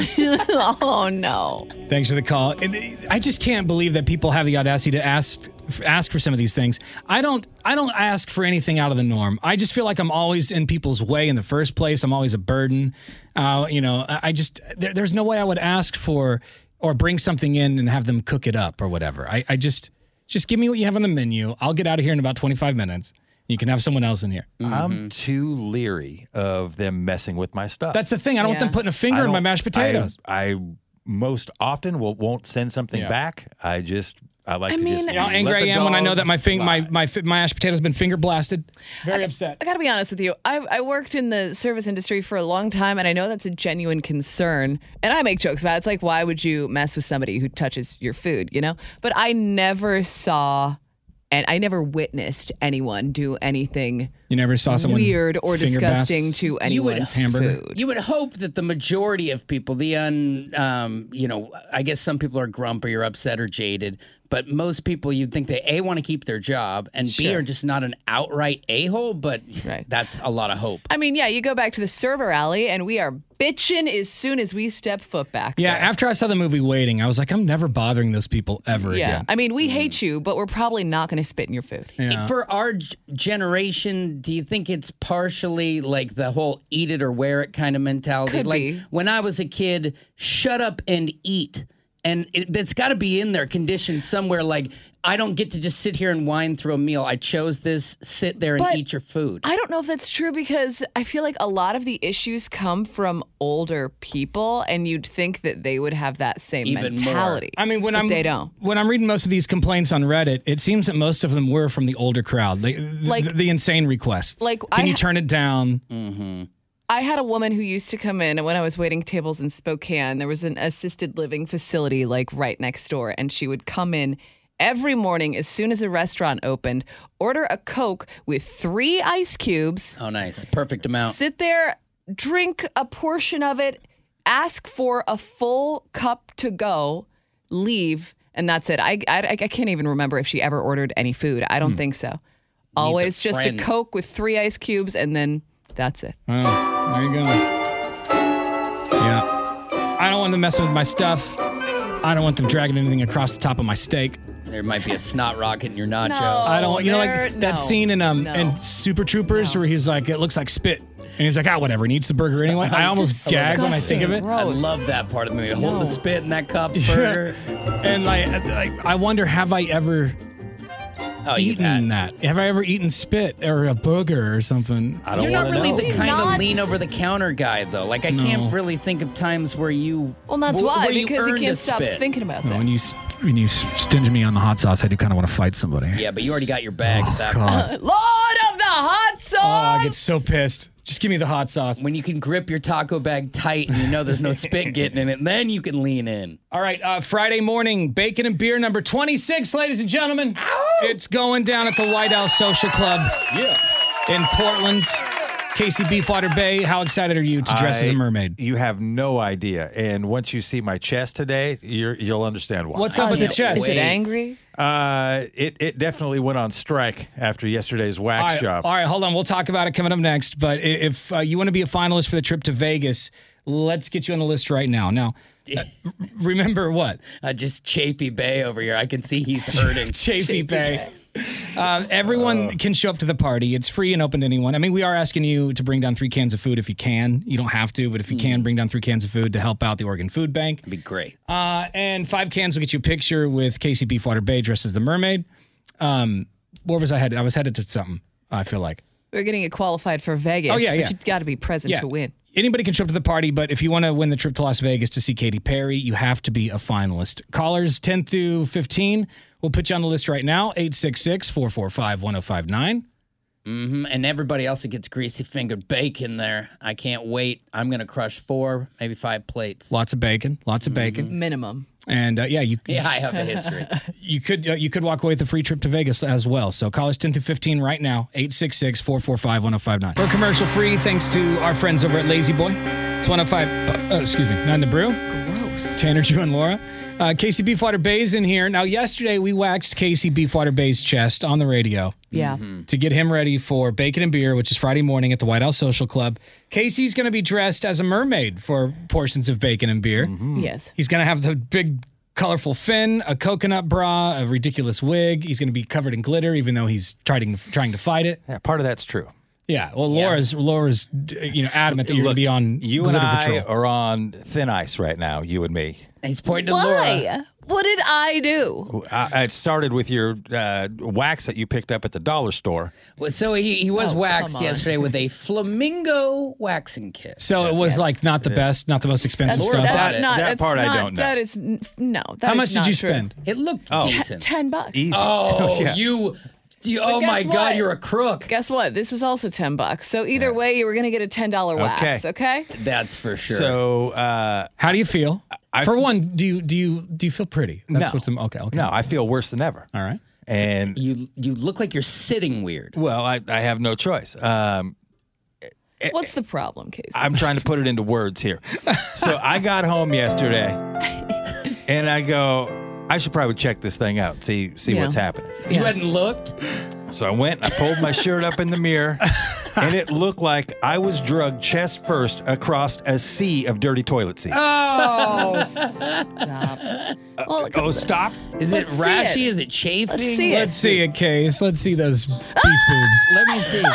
oh no. Thanks for the call. And th- I just can't believe that people have the audacity to ask f- ask for some of these things. I don't I don't ask for anything out of the norm. I just feel like I'm always in people's way in the first place. I'm always a burden. Uh, you know, I, I just there, there's no way I would ask for or bring something in and have them cook it up or whatever. I, I just just give me what you have on the menu. I'll get out of here in about 25 minutes. You can have someone else in here. I'm too leery of them messing with my stuff. Mm-hmm. That's the thing. I don't want them Yeah. putting a finger I in my don't- mashed potatoes. I, I most often will, won't send something Yeah. back. I just I like I to mean- just You know how let angry I the am when I know that my dogs fing- lie. my my fi- my mashed potatoes been finger blasted. Very upset. I gotta be honest with you. I, I worked in the service industry for a long time, and I know that's a genuine concern. And I make jokes about it. It's like, why would you mess with somebody who touches your food, you know? But I never saw, and I never witnessed anyone do anything You never saw someone weird or finger blast? disgusting to anyone's hamburger. food. You would hope that the majority of people, the un, um, you know, I guess some people are grumpy or upset or jaded, but most people you'd think they a want to keep their job and b Sure. are just not an outright a hole, but that's a lot of hope. I mean, yeah, you go back to the server alley, and we are bitching as soon as we step foot back. Yeah, after I saw the movie Waiting, I was like, I'm never bothering those people ever yeah. again. I mean, we hate you, but we're probably not gonna spit in your food. Mm. Yeah. For our g- generation, do you think it's partially like the whole eat it or wear it kind of mentality? Could like be. when I was a kid, shut up and eat. And it, that's got to be in there, conditioned somewhere. Like, I don't get to just sit here and whine through a meal. I chose this, sit there and But eat your food. I don't know if that's true because I feel like a lot of the issues come from older people, and you'd think that they would have that same mentality. I mean, when but I'm they don't. when I'm reading most of these complaints on Reddit, it seems that most of them were from the older crowd, like, th- Like- the, insane request. like, can I you ha- turn it down? I had a woman who used to come in, and when I was waiting tables in Spokane, there was an assisted living facility like right next door, and she would come in every morning as soon as a restaurant opened, order a Coke with three ice cubes, Oh, nice. Perfect amount. Sit there, drink a portion of it, ask for a full cup to go, leave, and that's it. I I, I can't even remember if she ever ordered any food. I don't think so. Always just Hmm. a friend. Coke with three ice cubes, and then that's it. Oh, there you go. Yeah, I don't want them messing with my stuff. I don't want them dragging anything across the top of my steak. There might be a snot rocket in your nacho. I don't. You know, there- like that no, scene in um no. in Super Troopers where he's like, it looks like spit, and he's like, ah, whatever. He eats the burger anyway. I almost gag when I think of it. I love that part of the movie. Hold the spit in that cup, burger. and like, like, I wonder, have I ever Oh, eaten that? Have I ever eaten spit or a booger or something? I You're not really the kind Oh. not. of lean over the counter guy, though. Like I can't really think of times where you. Well, that's wh- why where you because you earned a can't stop spit. thinking about that. when you s- when you s- stinge me on the hot sauce, I do kind of want to fight somebody. Yeah, but you already got your Oh, bag at that God. point. Lord of the hot sauce. Oh, I get so pissed. Just give me the hot sauce. When you can grip your taco bag tight and you know there's no spit getting in it, then you can lean in. All right, uh, Friday morning, bacon and beer number 26, ladies and gentlemen. It's going down at the White House Social Club. Yeah. In Portland's Casey Beefwater Bay. How excited are you to dress as a I- mermaid? You have no idea. And once you see my chest today, you're, you'll understand why. What's up with the chest? Is it angry? Uh, it it definitely went on strike after yesterday's All wax right, job. All right, hold on. We'll talk about it coming up next. But i- if uh, you want to be a finalist for the trip to Vegas, let's get you on the list right now. Now, uh, remember what? Uh, just Chafee Bay over here. I can see he's hurting. Chafee Bay. Um, everyone can show up to the party. It's free and open to anyone. I mean, we are asking you to bring down three cans of food if you can. You don't have to, but if you can, bring down three cans of food to help out the Oregon Food Bank. Be great. Um, Uh, and five cans will get you a picture with Casey Beefwater Bay dressed as the mermaid. Um, where was I headed? I was headed to something, I feel like. We're getting it qualified for Vegas. Oh, yeah, but yeah. you got to be present Yeah. to win. Anybody can show up to the party, but if you want to win the trip to Las Vegas to see Katy Perry, you have to be a finalist. Callers 10 through 15, we'll put you on the list right now 866 445 1059. hmm And everybody else that gets greasy fingered bacon there. I can't wait. I'm going to crush four, maybe five plates. Lots of bacon, lots of bacon. Minimum. And uh, yeah, you Yeah, I have the history. you could uh, you could walk away with a free trip to Vegas as well. So callers 10 to 15 right now, 866-445-1059. We're commercial free thanks to our friends over at Lazy Boy. It's 105, uh, oh, excuse me, 9 the Brew. Gross. Tanner, Drew, and Laura. Uh, Casey Beefwater Bay's in here. Now, yesterday we waxed Casey Beefwater Bay's chest on the radio. Yeah. To get him ready for Bacon and Beer, which is Friday morning at the White House Social Club. Casey's going to be dressed as a mermaid for portions of Bacon and Beer. Mm-hmm. Yes. He's going to have the big colorful fin, a coconut bra, a ridiculous wig. He's going to be covered in glitter, even though he's trying trying to fight it. Yeah, part of that's true. Yeah. Well, Laura's Laura's d- you know adamant that you're going to be on You and glitter I patrol. are on thin ice right now. You and me. He's pointing Why? What did I do? I, it started with your uh, wax that you picked up at the dollar store. Well, So he, he was Oh, waxed come on. yesterday with a flamingo waxing kit. So it was like not the best, not the most expensive stuff. That's not, that's not, That is n- f- no. that How is much did not you true. spend? It looked Oh. Te- decent. Ten bucks. E Easy. Oh, Yeah. you. you But oh, my guess God, what? you're a crook. Guess what? This was also ten bucks. So either way, you were gonna get a ten dollar wax. Okay. Eh, That's for sure. So, uh, how do you feel? I, For one, do you do you do you feel pretty? That's No. what's im- okay. Okay. no, I feel worse than ever. All right. And you you look like you're sitting weird. Well, I, I have no choice. Um, What's the problem, Casey? eh, I'm trying to put it into words here. So I got home yesterday, and I go, I should probably check this thing out, see see what's Yeah. happening. You hadn't looked? So I went, I pulled my shirt up in the mirror, and it looked like I was drugged chest first across a sea of dirty toilet seats. Oh, stop. Well, oh, stop. Is Let's see it. chafing? Let's see it. Let's see it, Case. Let's see those beef Ah! boobs. Let me see.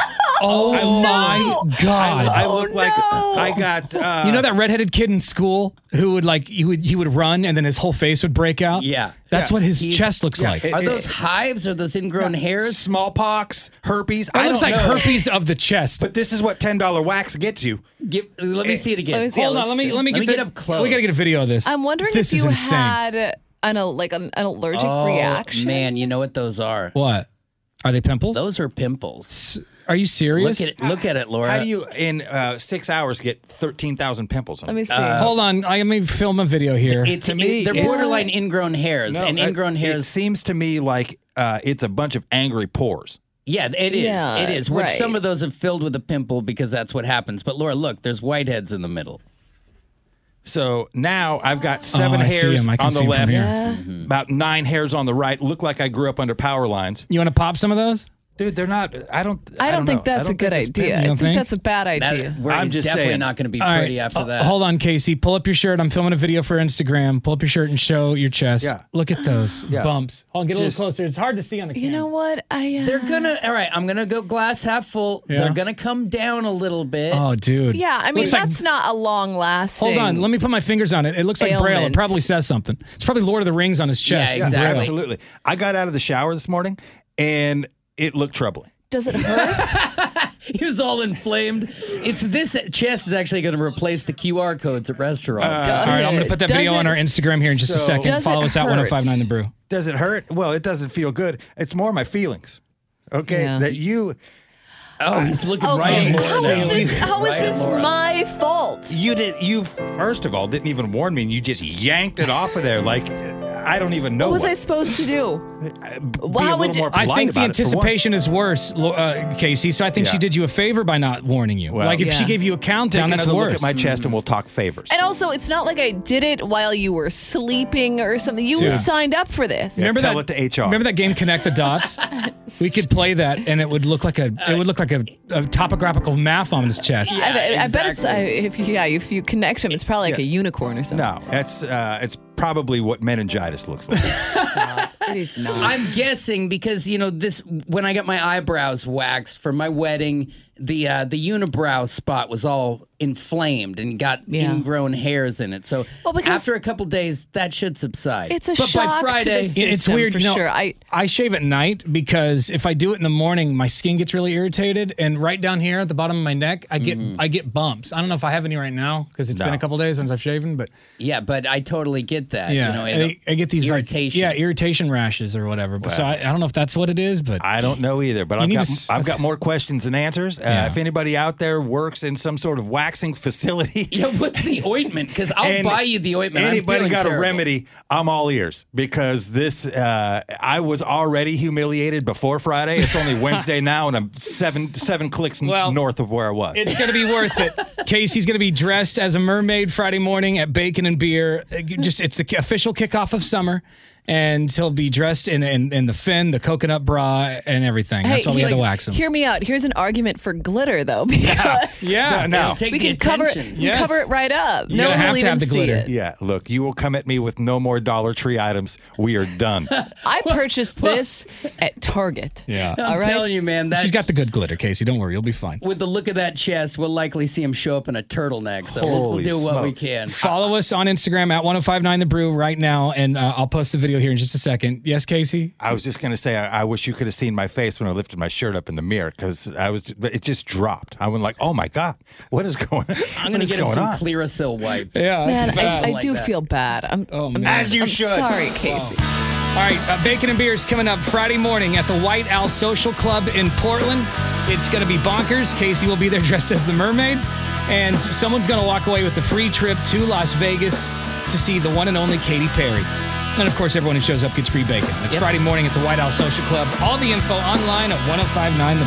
Oh, my God. I, I Oh, look like I got. Uh, you know that redheaded kid in school who would like he would he would run and then his whole face would break out. Yeah. that's Yeah. what his He's- chest looks yeah, like. Are those hives? Are those ingrown hairs? Smallpox, herpes. That I looks don't like know. herpes of the chest. But this is what ten dollar wax gets you. Give, let me see it again. Hold on, let me let me get, the- up close. We gotta get a video of this. I'm wondering this if is you insane. had an al- like an, an allergic Oh, reaction. Man, you know what those are? What are they? Pimples? Those are pimples. Are you serious? Look at it, look at it, Laura. How do you in uh, six hours get thirteen thousand pimples? On you? Hold on, I let me film a video here. It's me. they're borderline ingrown hairs, No, and it's- ingrown hairs. It seems to me like uh, it's a bunch of angry pores. Yeah, it is. Yeah, it is. Which right. some of those have filled with a pimple because that's what happens. But Laura, look, there's whiteheads in the middle. So now I've got seven Oh, I see hairs 'em. I can on the see 'em from left, here. about nine hairs on the right. Look like I grew up under power lines. You want to pop some of those? Dude, they're not. I don't. I don't, think know. I that's don't a good think it's idea. bad. You I don't think, think? that's a bad idea. That, we're I'm just definitely saying. not going to be All right, pretty after uh, that. Hold on, Casey. Pull up your shirt. I'm filming a video for Instagram. Pull up your shirt and show your chest. Yeah. Look at those Yeah. bumps. Hold on, get a Just- little closer. It's hard to see on the camera. You know what? I uh, They're gonna. All right, I'm gonna go glass half full. Yeah. They're gonna come down a little bit. Oh, dude. Yeah, I mean Looks like- that's not a long lasting. Hold on, let me put my fingers on it. It looks like Braille. It Ailments. probably says something. It's probably Lord of the Rings on his chest. in Braille. absolutely. I got out of the shower this morning, and it looked troubling. Does it hurt? He was all inflamed. It's this chest is actually going to replace the QR codes at restaurants. Uh, All right, I'm going to put that video on our Instagram here in just a So- second. Does it Follow us at hurt? 1059 The Brew. Does it hurt? Well, it doesn't feel good. It's more my feelings. Okay, that you. Oh, he's looking Okay, right at how Laura is now. this? How is Right at this Laura. my fault? You did. You first of all didn't even warn me, and you just yanked it off of there like I don't even know what was what. I supposed to do? Be a How little would you- more I polite think the about it, for one. anticipation is worse, Lo- uh, Casey. So I think she Yeah. did you a favor by not warning you. like if she Yeah. gave you a countdown, Take that's another worse. look at my chest, and we'll talk favors. And also, it's not like I did it while you were sleeping or something. You Dude. signed up for this. remember tell that it to HR. Remember that game Connect the Dots? we could play that, and it would look like a it would look like a, a topographical map on his chest. I, bet- I bet it's I, if yeah if you connect them, it's probably like a unicorn or something. No, that's uh, it's probably what meningitis looks like. it is not. I'm guessing because you know this when I got my eyebrows waxed for my wedding the uh, the unibrow spot was all inflamed and got Yeah. ingrown hairs in it. So Well, because- after a couple days, that should subside. It's a but shock by to the Friday, system It's weird, for you know, sure. I I shave at night because if I do it in the morning, my skin gets really irritated, and right down here at the bottom of my neck, I get I get bumps. I don't know if I have any right now because it's been No. a couple days since I've shaven, but Yeah, but I totally get that. yeah, you know, and I, I get these irritation. like yeah irritation rashes or whatever. But so Wow. I, I don't know if that's what it is, but I don't know either, but You I've need got to s- I've got more questions than answers. Uh, If anybody out there works in some sort of waxing facility, yeah, what's the ointment? Because I'll and buy you the ointment. I'm Anybody feeling got a terrible. remedy? I'm all ears because this. Uh, I was already humiliated before Friday. It's only Wednesday now, and I'm seven seven clicks n- north of where I was. It's going to be worth it. Casey's going to be dressed as a mermaid Friday morning at Bacon and Beer. Uh, Just it's the official kickoff of summer, and he'll be dressed in in, in the fin, the coconut bra, and everything. That's Hey, why we had to like, wax him. Hear me out. Here's an argument for glitter, though, because Yeah, no. It'll take we the can cover it, attention. we can cover it right up. no one will even see it. Yeah, look, you will come at me with no more Dollar Tree items. We are done. I purchased this at Target. Yeah. I'm All right? telling you, man. That, She's got the good glitter, Casey. Don't worry, you'll be fine. with the look of that chest, we'll likely see him show up in a turtleneck. So we'll, we'll Holy do what we smokes. can. Follow us on Instagram at 1059 The Brew right now, and uh, I'll post the video here in just a second. Yes, Casey? I was just gonna say, I, I wish you could have seen my face when I lifted my shirt up in the mirror because I was. It just dropped. I went like, "Oh my god, what is going? I'm what gonna is get him going some on?" Clearasil wipes. Man, Something I, I like do that. feel bad. I'm, oh, I'm As you I'm should. Oh. Sorry, Wow. Casey. All right, uh, Bacon and Beer is coming up Friday morning at the White Owl Social Club in Portland. It's going to be bonkers. Casey will be there dressed as the mermaid, and someone's going to walk away with a free trip to Las Vegas to see the one and only Katy Perry. And of course, everyone who shows up gets free bacon. It's Friday morning at the White Owl Social Club. All the info online at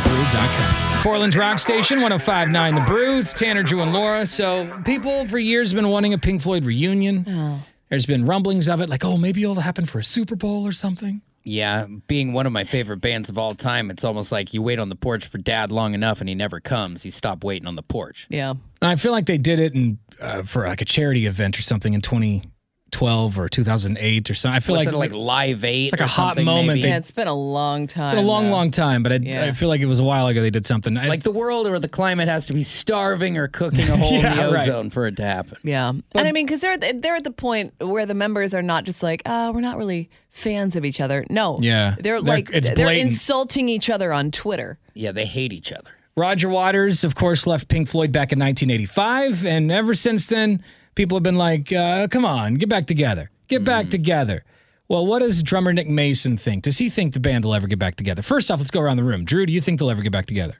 1059thebrew.com. Portland's Rock Station, 1059 The Brew. It's Tanner, Drew, and Laura. So, people for years have been wanting a Pink Floyd reunion. There's been rumblings of it, like, oh, maybe it'll happen for a Super Bowl or something. Yeah, being one of my favorite bands of all time, it's almost like you wait on the porch for dad long enough and he never comes. You stop waiting on the porch. Yeah. I feel like they did it in, uh, for like a charity event or something in 2012 or 2008 or something. I feel Was like it like Live 8? it's like a or hot something, moment maybe? they- yeah, it's been a long time. it's been a long, though. long time, but I, Yeah. I feel like it was a while ago they did something. I- like the world or the climate has to be starving or cooking a hole in Yeah, the right. ozone for it to happen. Yeah. And I mean, because they're at- they're at the point where the members are not just like, oh, we're not really fans of each other. No. Yeah. They're They're- like it's they're blatant. insulting each other on Twitter. Yeah, they hate each other. Roger Waters, of course, left Pink Floyd back in 1985, and ever since then, people have been like, uh, "Come on, get back together, get Mm. back together." Well, what does drummer Nick Mason think? Does he think the band will ever get back together? First off, let's go around the room. Drew, do you think they'll ever get back together?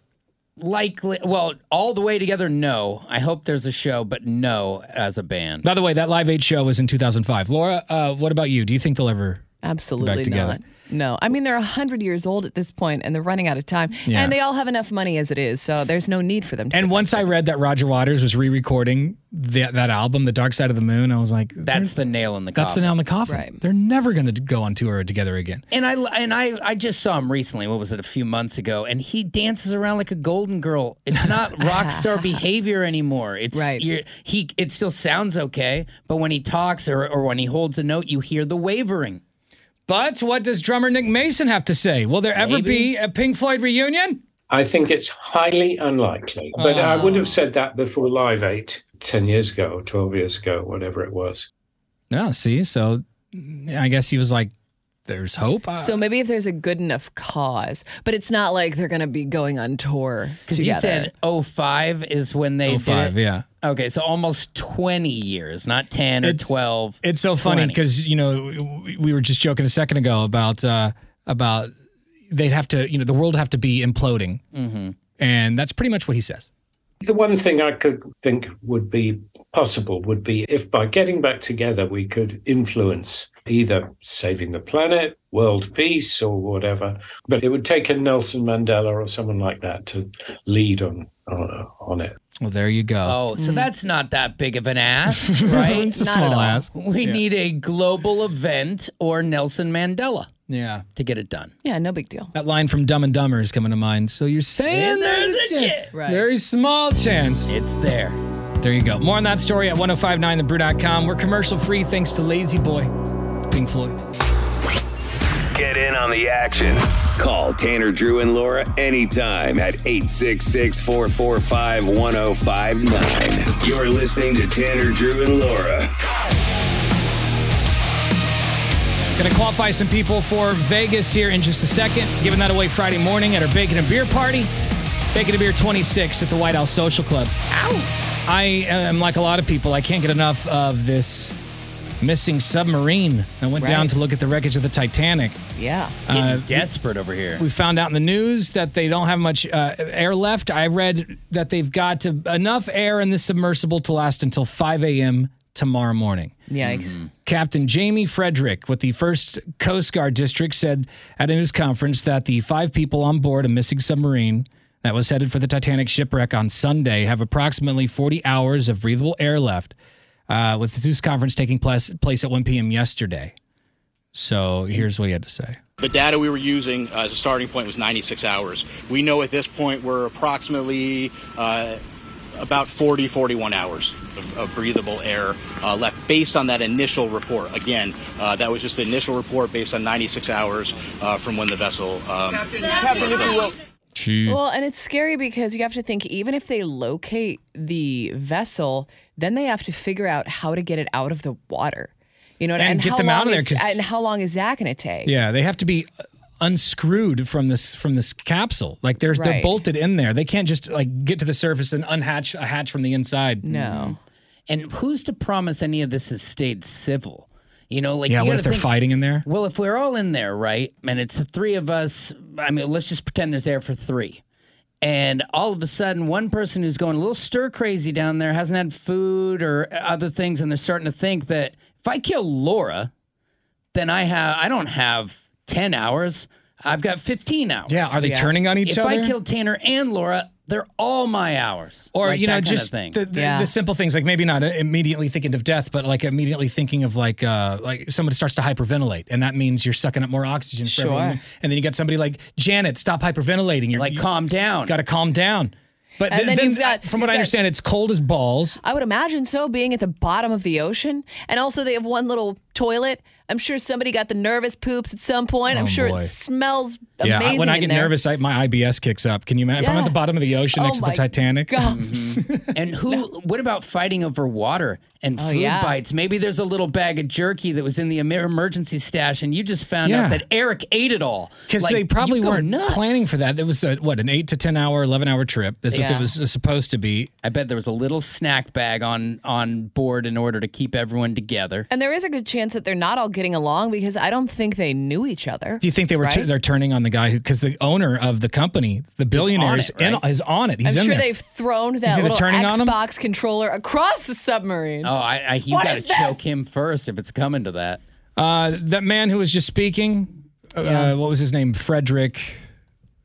Likely, well, all the way together, no. I hope there's a show, but no as a band. By the way, that Live Aid show was in 2005. Laura, uh, what about you? Do you think they'll ever get Absolutely back together? not. No. I mean, they're 100 years old at this point and they're running out of time. Yeah. And they all have enough money as it is. So there's no need for them to. And once I read that Roger Waters was re-recording that, that album, The Dark Side of the Moon, I was like, That's the nail in the coffin. that's the nail in the coffin. They're never going to go on tour together again. And I and I I just saw him recently. What was it? A few months ago, and he dances around like a golden girl. It's not rock star behavior anymore. It's Right. you're- he. It still sounds okay, but when he talks or or when he holds a note, you hear the wavering. But what does drummer Nick Mason have to say? Will there ever Maybe. be a Pink Floyd reunion? I think it's highly unlikely. But I would have said that before Live 8, 10 years ago, or 12 years ago, whatever it was. No, see, so mm, I guess he was like, there's hope. I- So maybe if there's a good enough cause, but it's not like they're going to be going on tour Because you said 05 is when they did 05, it. Oh, yeah. Okay, so almost twenty years, not ten or It's- twelve. it's so funny 20. because, you know, we- we were just joking a second ago about, uh, about they'd have to, you know, the world have to be imploding. Mm-hmm. And that's pretty much what he says. The one thing I could think would be possible would be if by getting back together we could influence either saving the planet, world peace, or whatever. But it would take a Nelson Mandela or someone like that to lead on on, on it. Well, there you go. Oh, so that's not that big of an ass, right? It's a Not at small all. ass. We Yeah. need a global event or Nelson Mandela Yeah. to get it done. Yeah, no big deal. That line from Dumb and Dumber is coming to mind. So you're saying And there's, a, chance. Right. Very small chance. It's there. There you go. More on that story at 1059thebrew.com. We're commercial free thanks to Lazy Boy, Pink Floyd. Get in on the action. Call Tanner, Drew, and Laura anytime at 866 445 1059. You're listening to Tanner, Drew, and Laura. Going to qualify some people for Vegas here in just a second. Giving that away Friday morning at our Bacon and Beer party. Bacon and Beer 26 at the White House Social Club. Ow! I am like a lot of people. I can't get enough of this missing submarine. I went down Right. to look at the wreckage of the Titanic. Yeah. Getting Uh, desperate over here. We found out in the news that they don't have much uh, air left. I read that they've got to, enough air in this submersible to last until 5 a.m. tomorrow morning. Yikes. Captain Jamie Frederick with the 1st Coast Guard District said at a news conference that the five people on board a missing submarine that was headed for the Titanic shipwreck on Sunday have approximately 40 hours of breathable air left, uh, with the news conference taking place, place at 1 p.m. yesterday. So here's what he had to say. The data we were using uh, as a starting point was 96 hours. We know at this point we're approximately uh, about 40, 41 hours of, of breathable air uh, left based on that initial report. Again, uh, that was just the initial report based on 96 hours uh, from when the vessel. Um, Captain, if you will. Well, and it's scary because you have to think even if they locate the vessel, then they have to figure out how to get it out of the water. You know, what- And get how them out long of there is- 'cause- and how long is that going to take? Yeah, they have to be unscrewed from this from this capsule. Like there's they're Right. bolted in there. They can't just like get to the surface and unhatch a hatch from the inside. No. And who's to promise any of this has stayed civil? You know, like yeah, you what gotta if they're think- fighting in there? Well, if we're all in there, right, and it's the three of us, I mean, let's just pretend there's air for three. And all of a sudden, one person who's going a little stir crazy down there hasn't had food or other things, and they're starting to think that if I kill Laura, then I have I don't have ten hours. I've got fifteen hours. Yeah, are they Yeah. turning on each if If other? I kill Tanner and Laura, they're all my hours. Or Like you that know, kind of just thing. The, the, the simple things like maybe not immediately thinking of death, but like immediately thinking of like uh like someone starts to hyperventilate, and that means you're sucking up more oxygen for everyone. Sure. And then you got somebody like Janet, stop hyperventilating. You're like calm down. Got to calm down. But And th- then then you've got- from what you've I got- understand, it's cold as balls. I would imagine so, being at the bottom of the ocean. And also, they have one little toilet. I'm sure somebody got the nervous poops at some point. I'm Oh, sure boy. it smells Yeah, I- amazing. when I in get there. nervous, I, my IBS kicks up. Can you imagine? If I'm at Yeah. the bottom of the ocean Oh next to the my Titanic, And who? What about fighting over water and Oh, food yeah. bites? Maybe there's a little bag of jerky that was in the emer- emergency stash, and you just found Yeah. out that Eric ate it all. because Like, they probably you go weren't nuts. planning for that. It was a, what an eight to ten hour, eleven hour trip. That's what Yeah. it was supposed to be. I bet there was a little snack bag on on board in order to keep everyone together. And there is a good chance that they're not all getting along because I don't think they knew each other. Do you think they were Right? they're turning on the guy who because the owner of the company, the billionaire, is, right? in, is on it. He's I'm in sure there. they've thrown think that they're little turning on 'em? Xbox controller across the submarine. Oh, I, I you What got to is this? choke him first if it's coming to that. Uh, that man who was just speaking, uh, what was his name? Frederick,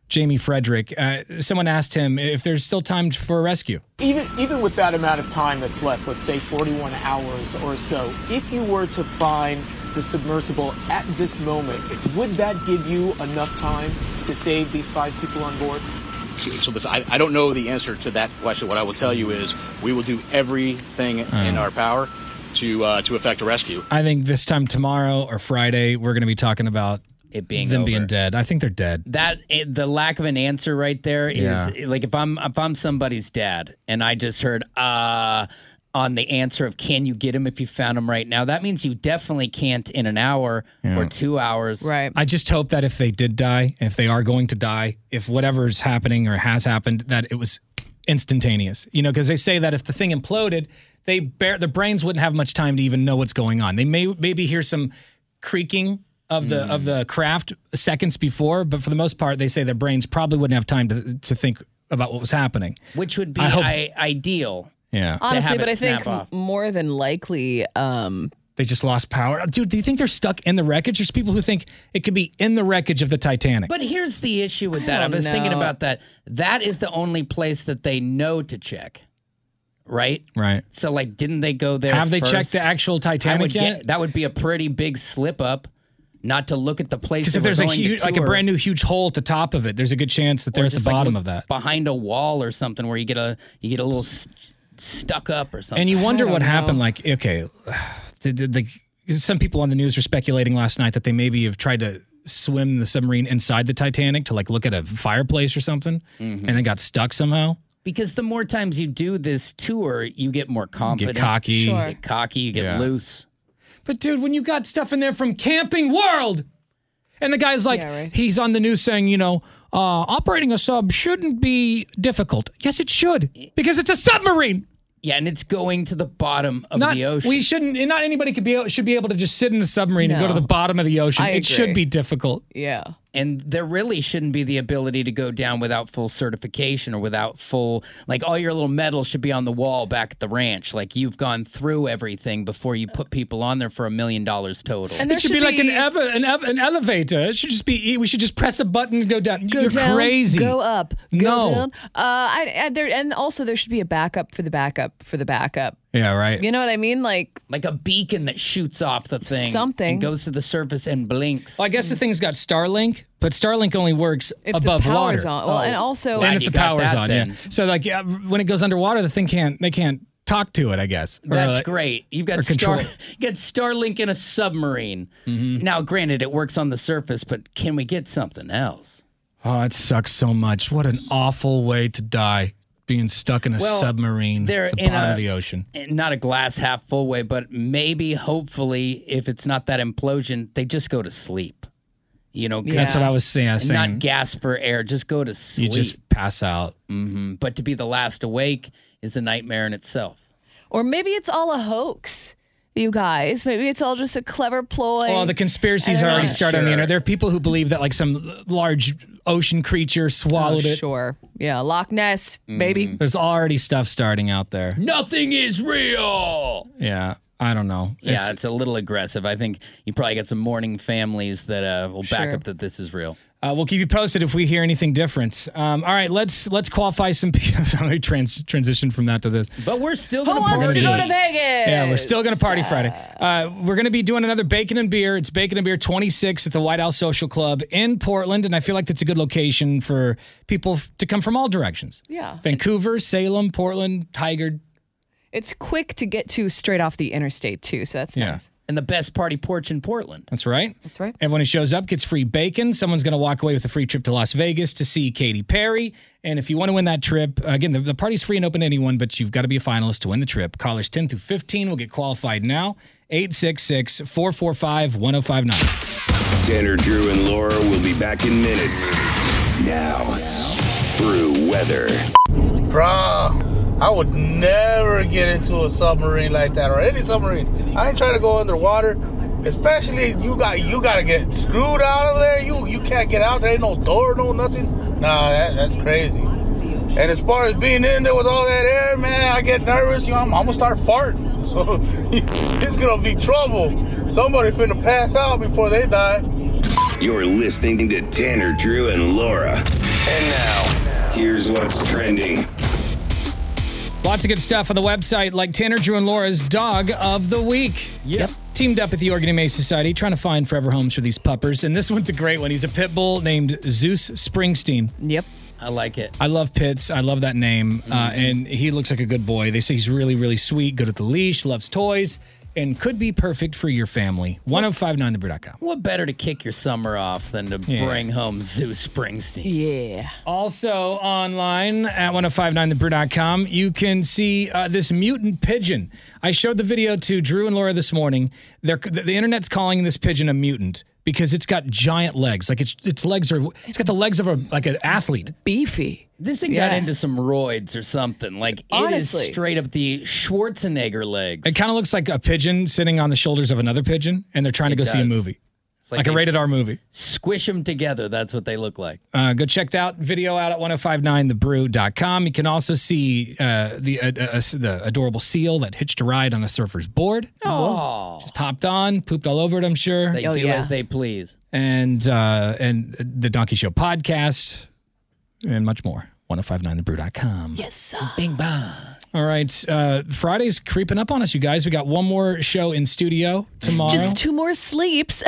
Jamie Frederick. Uh, someone asked him if there's still time for a rescue. Even even with that amount of time that's left, let's say 41 hours or so, if you were to find the submersible at this moment, would that give you enough time to save these five people on board? so so this, I, I don't know the answer to that question. What I will tell you is we will do everything in our power to uh, to effect a rescue. I think this time tomorrow or Friday we're going to be talking about it being them over. being dead. I think they're dead. That eh, the lack of an answer right there is Yeah. eh, like if I'm if I'm somebody's dad and I just heard uh on the answer of can you get him if you found him right now that means you definitely can't in an hour or Yeah. 2 hours. I just hope that if they did die, if they are going to die, if whatever's happening or has happened, that it was instantaneous. You know, because they say that if the thing imploded, they bear the brains wouldn't have much time to even know what's going on. They may maybe hear some creaking of the of the craft seconds before, but for the most part, they say their brains probably wouldn't have time to to think about what was happening. Which would be I hope- I, ideal. Yeah, Honestly, but I think m- more than likely, um, They just lost power. Dude, do you think they're stuck in the wreckage? There's people who think it could be in the wreckage of the Titanic. But here's the issue with I that. I, don't was thinking know. about that. That is the only place that they know to check, right? right. So like, didn't they go there? Have they first? checked the actual I Titanic would yet? get- that would be a pretty big slip up, not to look at the place. Because if they were there's a going to huge, like a tour, brand new huge hole at the top of it, there's a good chance that they're or at the just, like, bottom look of that. behind a wall or something where you get a you get a little st- stuck up or something. And you wonder what happened. Like, okay, the, the, the, 'cause some people on the news were speculating last night that they maybe have tried to swim the submarine inside the Titanic to like look at a fireplace or something, Mhm. and then got stuck somehow. Because the more times you do this tour, you get more confident. cocky. You Sure. get cocky, you get Yeah. loose. But dude, when you got stuff in there from Camping World, and the guy's like, he's on the news saying, you know, uh, operating a sub shouldn't be difficult. Yes, it should because it's a submarine. Yeah, and it's going to the bottom of Not the ocean. we shouldn't. Not anybody could be should be able to just sit in a submarine and go No. to the bottom of the ocean. I it should agree. be difficult. Yeah. And there really shouldn't be the ability to go down without full certification or without full, like all your little medals should be on the wall back at the ranch. Like you've gone through everything before you put people on there for a million dollars total. it should, be, like an, ev- an, ev- an elevator. It should just be. We should just press a button and go down. Go You're down, crazy. Go up. Go No. down. Uh, I, I, there, and also there should be a backup for the backup for the backup. Yeah, right. You know what I mean? Like like a beacon that shoots off the thing. Something. And goes to the surface and blinks. Well, I guess the thing's got Starlink, but Starlink only works If the above power's water. on. Well, Oh, and also- glad and if you the got power's that on, yeah. then. So like, yeah, when it goes underwater, the thing can't. They can't talk to it. I guess. Or, That's like- great. You've or got control Mm-hmm. Star, you got Starlink in a submarine. Now, granted, it works on the surface, but can we get something else? Oh, it sucks so much. What an awful way to die, being stuck in a Well, submarine they're at the in bottom a- of the ocean. And Eh, Not a glass half full way, but maybe, hopefully, if it's not that implosion, they just go to sleep. You know, 'cause- That's what I was saying. I was saying- Not gasp for air, just go to You sleep. just pass out. Mhm. But to be the last awake is a nightmare in itself. Or maybe it's all a hoax, you guys. Maybe it's all just a clever ploy. Well, the conspiracies are I don't already know. started on the internet. There are people who believe that like some large ocean creature swallowed Oh, it. Sure. Yeah. Loch Ness, baby. There's already stuff starting out there. Nothing is real. Yeah, I don't know. Yeah, it's, It's- a little aggressive. I think you probably got some mourning families that uh, will back Sure. up that this is real. Uh, we'll keep you posted if we hear anything different. Um, all right, let's let's qualify some. people. we trans- transition from that to this. But we're still Who gonna wants party? to go to Vegas? Yeah, we're still going to party Friday. Uh, we're going to be doing another bacon and beer. It's bacon and beer 26 at the White House Social Club in Portland, and I feel like that's a good location for people f- to come from all directions. Yeah. Vancouver, Salem, Portland, Tigard. It's quick to get to straight off the interstate too, so that's Yeah. nice. And the best party porch in Portland. That's right. That's right. Everyone who shows up gets free bacon. Someone's going to walk away with a free trip to Las Vegas to see Katy Perry. And if you want to win that trip, again, the, the party's free and open to anyone, but you've got to be a finalist to win the trip. Callers 10 through 15 will get qualified now. 866 445 1059. Tanner, Drew, and Laura will be back in minutes. Now, brew weather. Bruh, I would never get into a submarine like that or any submarine. I ain't trying to go underwater. Especially you got you gotta get screwed out of there. You you can't get out. There ain't no door, no nothing. Nah, that, that's crazy. And as far as being in there with all that air, man, I get nervous. You know, I'm, I'm gonna start farting. So it's gonna be trouble. Somebody finna pass out before they die. You're listening to Tanner, Drew, and Laura. And now, here's what's trending. Lots of good stuff on the website, like Tanner, Drew, and Laura's Dog of the Week. Yep. Teamed up with the Oregon Humane Society, trying to find forever homes for these puppers. And this one's a great one. He's a pit bull named Zeus Springsteen. Yep. I like it. I love Pitts. I love that name. Uh, and he looks like a good boy. They say he's really, really sweet, good at the leash, loves toys, and could be perfect for your family. 1059thebrew.com. What better to kick your summer off than to Yeah. bring home Zeus Springsteen? Yeah. Also online at 1059thebrew.com, you can see uh, this mutant pigeon. I showed the video to Drew and Laura this morning. They're, the, the internet's calling this pigeon a mutant because it's got giant legs. Like its its legs are it's got the legs of a like an athlete. Beefy. This thing got into some roids or something. Like it Honestly. is straight up the Schwarzenegger legs. It kind of looks like a pigeon sitting on the shoulders of another pigeon, and they're trying to It go see a does. movie. It's like a they rated R movie. Squish them together. That's what they look like. Uh, go check that video out at 1059thebrew.com. You can also see uh, the uh, uh, the adorable seal that hitched a ride on a surfer's board. Oh. Just hopped on, pooped all over it, I'm sure. Oh, They do as they please. And, uh, and the Donkey Show podcast and much more. 1059thebrew.com. Yes, sir. Bing bong. All right. Uh, Friday's creeping up on us, you guys. We got one more show in studio tomorrow. Just two more sleeps.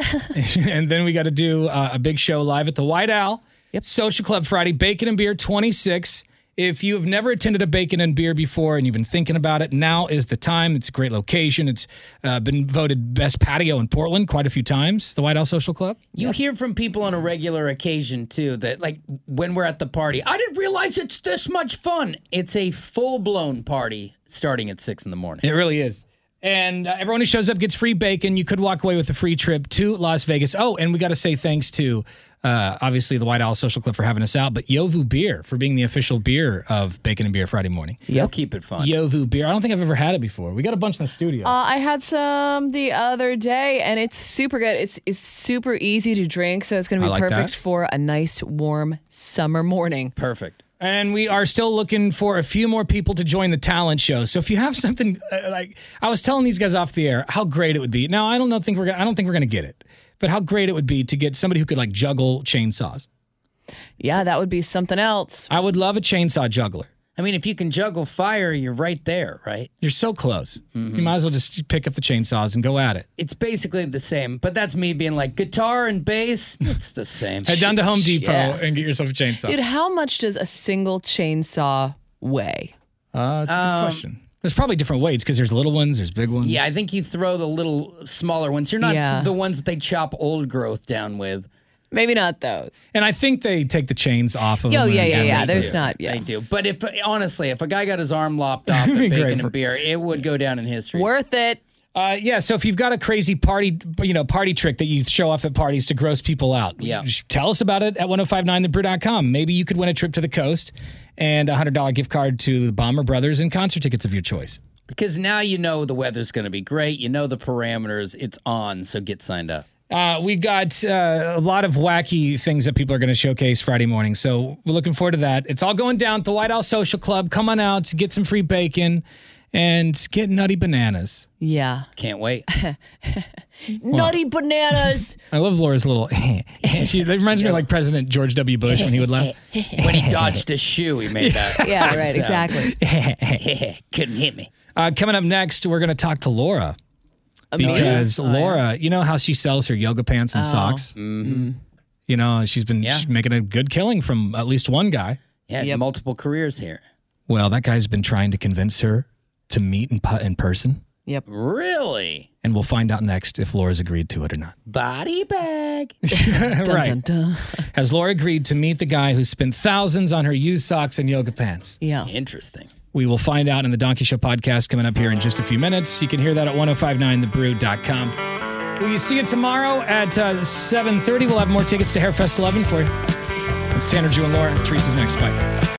and then we got to do uh, a big show live at the White Owl. Social Club Friday, Bacon and Beer 26 If you have never attended a bacon and beer before and you've been thinking about it, now is the time. It's a great location. It's uh, been voted best patio in Portland quite a few times, the White House Social Club. You hear from people on a regular occasion too that, like, when we're at the party, I didn't realize it's this much fun. It's a full blown party starting at six in the morning. It really is. And uh, everyone who shows up gets free bacon. You could walk away with a free trip to Las Vegas. Oh, and we got to say thanks to uh, obviously the White Owl Social Club for having us out, but Yovu Beer for being the official beer of Bacon and Beer Friday morning. They'll keep it fun. Yovu Beer. I don't think I've ever had it before. We got a bunch in the studio. Uh, I had some the other day, and it's super good. It's it's super easy to drink, so it's going to I be like perfect that. for a nice warm summer morning. Perfect. And we are still looking for a few more people to join the talent show. So if you have something uh, like I was telling these guys off the air, how great it would be. Now I don't know, think we're gonna, I don't think we're going to get it, but how great it would be to get somebody who could like juggle chainsaws. Yeah, that would be something else. I would love a chainsaw juggler. I mean, if you can juggle fire, you're right there, right? You're so close. Mm-hmm. You might as well just pick up the chainsaws and go at it. It's basically the same, but that's me being like guitar and bass. It's the same. Head down to Home Depot Yeah. and get yourself a chainsaw. Dude, how much does a single chainsaw weigh? Uh, that's a good Um, question. There's probably different weights because there's little ones, there's big ones. Yeah, I think you throw the little smaller ones. You're not Yeah. the ones that they chop old growth down with. Maybe not those. And I think they take the chains off of Yo, them. yeah, and yeah, damage yeah. them. There's not. Yeah. They do. But if honestly, if a guy got his arm lopped off at It'd be great bacon for- and beer, it would go down in history. Worth it. Uh, yeah, so if you've got a crazy party, you know, party trick that you show off at parties to gross people out, yeah. tell us about it at 1059thebrew.com. Maybe you could win a trip to the coast and a $100 gift card to the Bomber Brothers and concert tickets of your choice. Because now you know the weather's going to be great. You know the parameters. It's on, so get signed up. Uh, we got uh, a lot of wacky things that people are going to showcase Friday morning. So we're looking forward to that. It's all going down at the White House Social Club. Come on out, get some free bacon, and get nutty bananas. Yeah. Can't wait. Nutty bananas. I love Laura's little. she that reminds me of like President George W. Bush when he would laugh. when he dodged a shoe, he made that. Yeah, same right, sound. exactly. Couldn't hit me. Uh, coming up next, we're going to talk to Laura Amazing. because Oh, yeah. Laura, you know how she sells her yoga pants and Oh. socks. Mm-hmm. You know she's been Yeah. she's making a good killing from at least one guy. Yeah, multiple careers here. Well, that guy's been trying to convince her to meet in, pu- in person, Yep. Really? and we'll find out next if Laura's agreed to it or not. Body bag. right? Has Laura agreed to meet the guy who spent thousands on her used socks and yoga pants? Yeah. Interesting. We will find out in the Donkey Show podcast coming up here in just a few minutes. You can hear that at 1059thebrew.com. Will you see it tomorrow at uh, 7.30? We'll have more tickets to Hairfest 11 for you. It's Tanner, Jew, and Laura. Teresa's next. Bye.